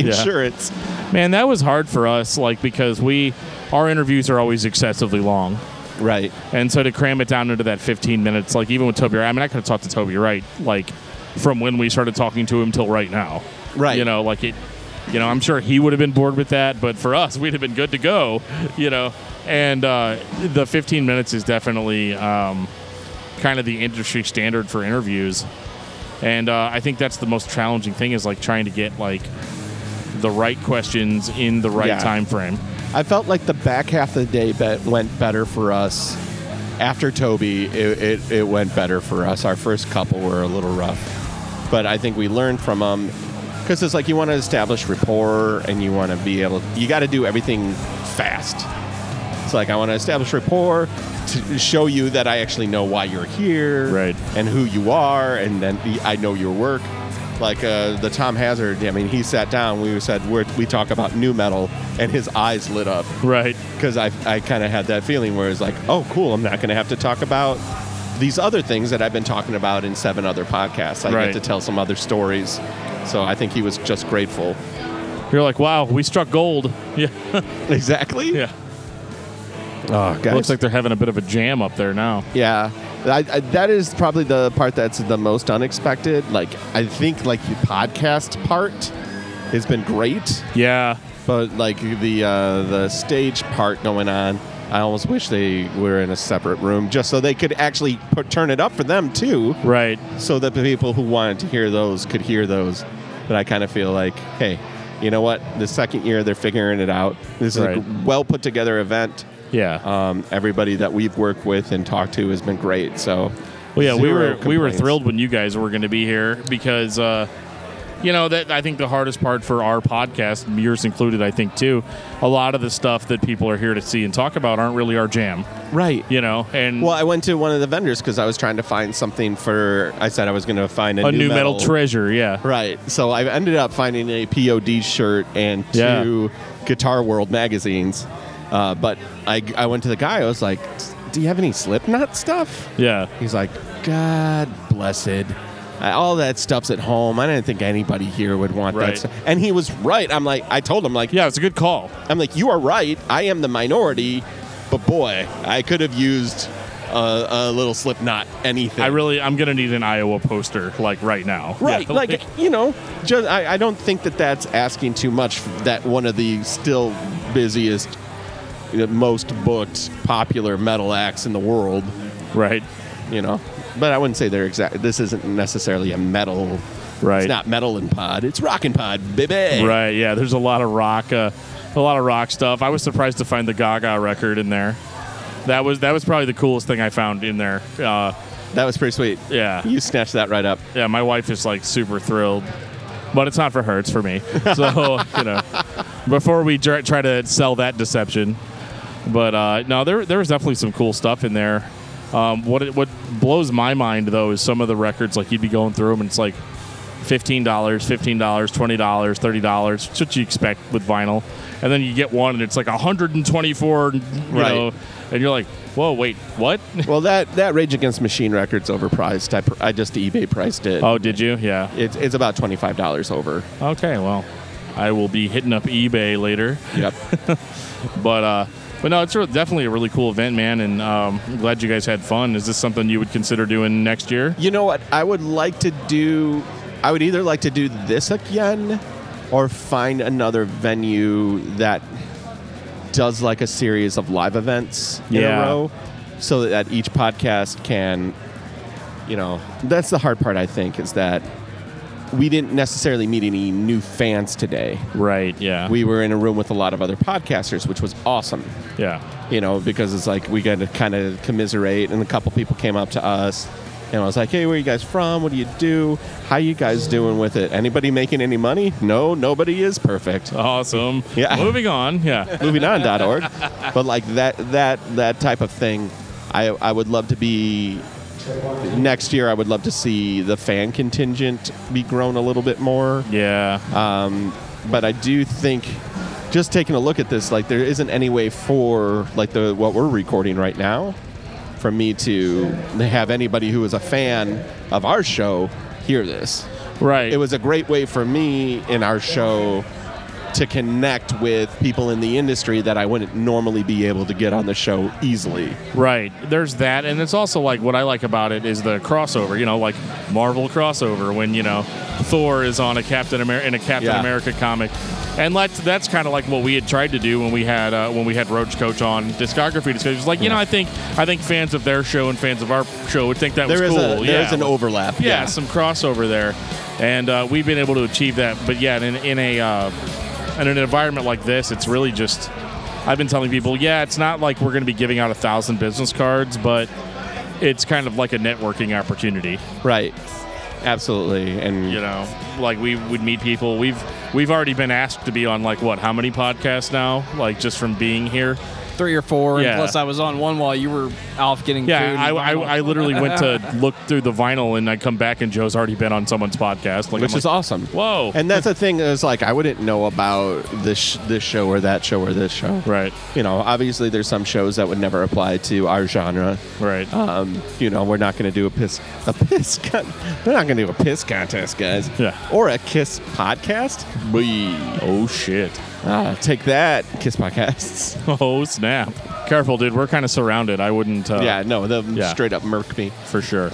S8: insurance.
S1: Man, that was hard for us like because we our interviews are always excessively long.
S8: Right.
S1: And so to cram it down into that 15 minutes like even with Toby Wright, I mean I could have talked to Toby Wright like from when we started talking to him till right now.
S8: Right.
S1: You know, like it you know, I'm sure he would have been bored with that, but for us we'd have been good to go, you know. And uh, the 15 minutes is definitely um, kind of the industry standard for interviews. And uh, I think that's the most challenging thing is like trying to get like the right questions in the right
S8: Yeah.
S1: time frame.
S8: I felt like the back half of the day bet went better for us. After Toby, it, it, it went better for us. Our first couple were a little rough, but I think we learned from them because it's like you want to establish rapport and you want to be able. You got to do everything fast. It's like I want to establish rapport to show you that I actually know why you're here,
S1: Right.
S8: and who you are, and then the, I know your work. Like uh, the Tom Hazard, I mean, he sat down. We said we're, we talk about new metal, and his eyes lit up
S1: Right.
S8: because I, I kind of had that feeling where it's like, oh, cool, I'm not going to have to talk about these other things that I've been talking about in seven other podcasts. I
S1: Right.
S8: get to tell some other stories. So I think he was just grateful.
S1: You're like, wow, we struck gold. Yeah,
S8: Exactly.
S1: yeah.
S8: Oh, guys.
S1: Looks like they're having a bit of a jam up there now.
S8: Yeah, I, I, that is probably the part that's the most unexpected. Like, I think like the podcast part has been great,
S1: Yeah,
S8: but like the uh, the stage part going on, I almost wish they were in a separate room just so they could actually put, turn it up for them too,
S1: right.
S8: so that the people who wanted to hear those could hear those. But I kind of feel like, hey, you know what? The second year they're figuring it out. This is
S1: Right.
S8: a well put together event.
S1: Yeah.
S8: Um, everybody that we've worked with and talked to has been great. So,
S1: Well, yeah, we
S8: zero
S1: were we were
S8: complaints.
S1: thrilled when you guys were going to be here because uh, you know that I think the hardest part for our podcast, yours included, I think too, a lot of the stuff that people are here to see and talk about aren't really our jam,
S8: Right.
S1: you know. And
S8: Well, I went to one of the vendors because I was trying to find something for. I said I was going to find a,
S1: a new metal, treasure, yeah,
S8: Right. So I ended up finding a POD shirt and two
S1: Yeah.
S8: Guitar World magazines. Uh, but I, I went to the guy. I was like, "Do you have any Slipknot stuff?"
S1: yeah,
S8: He's like, God blessed. I, all that stuff's at home. I didn't think anybody here would want
S1: Right.
S8: that stuff. And he was right. I'm like, I told him, like,
S1: yeah. It's a good call.
S8: I'm like, you are right. I am the minority, but boy, I could have used a, a little Slipknot anything.
S1: I really I'm going to need an Iowa poster like right now,
S8: right,
S1: Yeah,
S8: like you know, just I, I don't think that that's asking too much. That one of the still busiest, you know, most booked, popular metal acts in the world,
S1: right,
S8: you know. But I wouldn't say they're exact. This isn't necessarily a metal.
S1: right,
S8: It's not metal and pod. It's rock and pod, baby.
S1: right. Yeah, there's a lot of rock, uh, a lot of rock stuff. I was surprised to find the Gaga record in there. That was that was probably the coolest thing I found in there. Uh,
S8: That was pretty sweet.
S1: yeah,
S8: You snatched that right up.
S1: yeah, my wife is like super thrilled, but it's not for her; it's for me. So you know, before we dr- try to sell that deception, but uh, no, there there was definitely some cool stuff in there. Um, what it, what blows my mind though is some of the records like you'd be going through them and it's like fifteen dollars, fifteen dollars, twenty dollars, thirty dollars. It's what you expect with vinyl, and then you get one and it's like hundred and twenty four, you
S8: Right.
S1: know, and you're like, whoa, wait, what?
S8: Well, that that Rage Against Machine record's overpriced. I, pr- I just eBay priced it.
S1: oh, did you? Yeah.
S8: It's, it's about twenty five dollars over.
S1: Okay, well, I will be hitting up eBay later,
S8: Yep.
S1: but uh, but no, it's really, definitely a really cool event, man, and um, I'm glad you guys had fun. Is this something you would consider doing next year?
S8: you know what? I would like to do. I would either like to do this again, or find another venue that does like a series of live events in
S1: Yeah.
S8: a row, so that each podcast can. You know, that's the hard part. I think is that we didn't necessarily meet any new fans today.
S1: Right. Yeah.
S8: We were in a room with a lot of other podcasters, which was awesome.
S1: yeah.
S8: you know, because it's like we got to kind of commiserate. And a couple people came up to us, and I was like, "Hey, where you guys from? What do you do? How you guys doing with it? Anybody making any money? No, nobody is perfect."
S1: Awesome.
S8: Yeah.
S1: Moving on. Yeah.
S8: Moving on dot org, but like that that that type of thing, I I would love to be. Next year, I would love to see the fan contingent be grown a little bit more.
S1: Yeah.
S8: Uh, but I do think just taking a look at this, like there isn't any way for like the what we're recording right now for me to have anybody who is a fan of our show hear this.
S1: right.
S8: It was a great way for me in our show to connect with people in the industry that I wouldn't normally be able to get on the show easily.
S1: Right. There's that, and it's also like what I like about it is the crossover. You know, like Marvel crossover when you know Thor is on a Captain America in a Captain
S8: Yeah.
S1: America comic, and that's that's kind of like what we had tried to do when we had uh, when we had Roach Coach on discography discussions. It's Like you know, I think I think fans of their show and fans of our show would think that
S8: There
S1: was cool.
S8: is a,
S1: yeah.
S8: there is an overlap.
S1: yeah, some crossover there, and uh, we've been able to achieve that. But yeah, in, in a uh, in an environment like this, it's really just. I've been telling people, yeah, it's not like we're going to be giving out a thousand business cards, but it's kind of like a networking opportunity.
S8: Right. Absolutely. And
S1: You know, like we would meet people. We've we've already been asked to be on like what? How many podcasts now? Like just from being here.
S2: three or four, and
S1: Yeah.
S2: plus I was on one while you were off getting
S1: Yeah,
S2: food.
S1: I,
S2: and
S1: I,
S2: vinyl.
S1: I literally went to look through the vinyl and I come back and Joe's already been on someone's podcast, like,
S8: which
S1: I'm
S8: is
S1: like,
S8: awesome.
S1: Whoa!
S8: And that's the thing is like I wouldn't know about this sh- this show or that show or this show.
S1: right,
S8: You know, obviously there's some shows that would never apply to our genre.
S1: right.
S8: Um, you know, we're not going to do a piss a piss con- we're not going to do a piss contest, guys.
S1: Yeah.
S8: Or a kiss podcast. We
S1: oh shit!
S8: ah, take that kiss podcasts.
S1: Oh snap! Careful, dude. We're kind of surrounded. I wouldn't. Uh,
S8: yeah, no, they'll
S1: yeah.
S8: straight up murk me.
S1: for sure.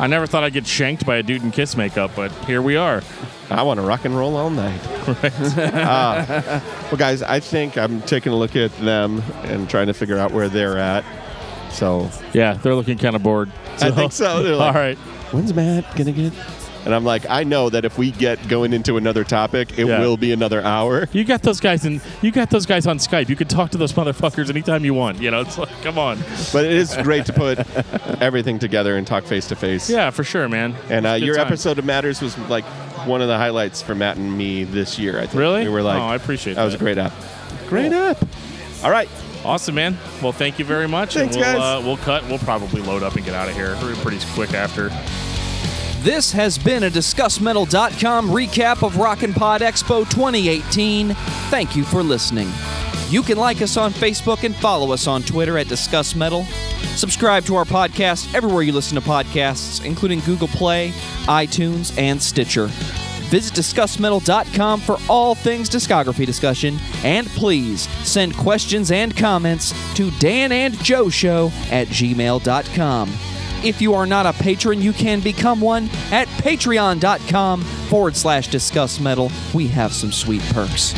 S1: I never thought I'd get shanked by a dude in kiss makeup, but here we are.
S8: I want to rock and roll all night. Right. well, guys, I think I'm taking a look at them and trying to figure out where they're at. So
S1: Yeah, they're looking kind of bored.
S8: I think so. They're
S1: All
S8: like,
S1: right.
S8: when's Matt gonna get? And I'm like, I know that if we get going into another topic, it
S1: Yeah.
S8: will be another hour.
S1: You got those guys in. You got those guys on Skype. You can talk to those motherfuckers anytime you want. You know, it's like, come on.
S8: But it is great to put everything together and talk face to face.
S1: Yeah, for sure, man.
S8: And uh,
S1: Good
S8: your
S1: time.
S8: episode of Matters was like one of the highlights for Matt and me this year. I think
S1: Really?
S8: we were like,
S1: oh, I appreciate
S8: that was a great app. Great app. All right.
S1: Awesome, man. Well, thank you very much.
S8: Thanks,
S1: and we'll,
S8: guys.
S1: Uh, we'll cut. We'll probably load up and get out of here pretty quick after.
S2: This has been a DiscussMetal.com recap of Rockin' Pod Expo 2018. Thank you for listening. You can like us on Facebook and follow us on Twitter at Discuss Metal. Subscribe to our podcast everywhere you listen to podcasts, including Google Play, iTunes, and Stitcher. Visit DiscussMetal.com for all things discography discussion, and please send questions and comments to Dan and Joe Show at gmail.com. If you are not a patron, you can become one at patreon.com forward slash discuss metal. We have some sweet perks.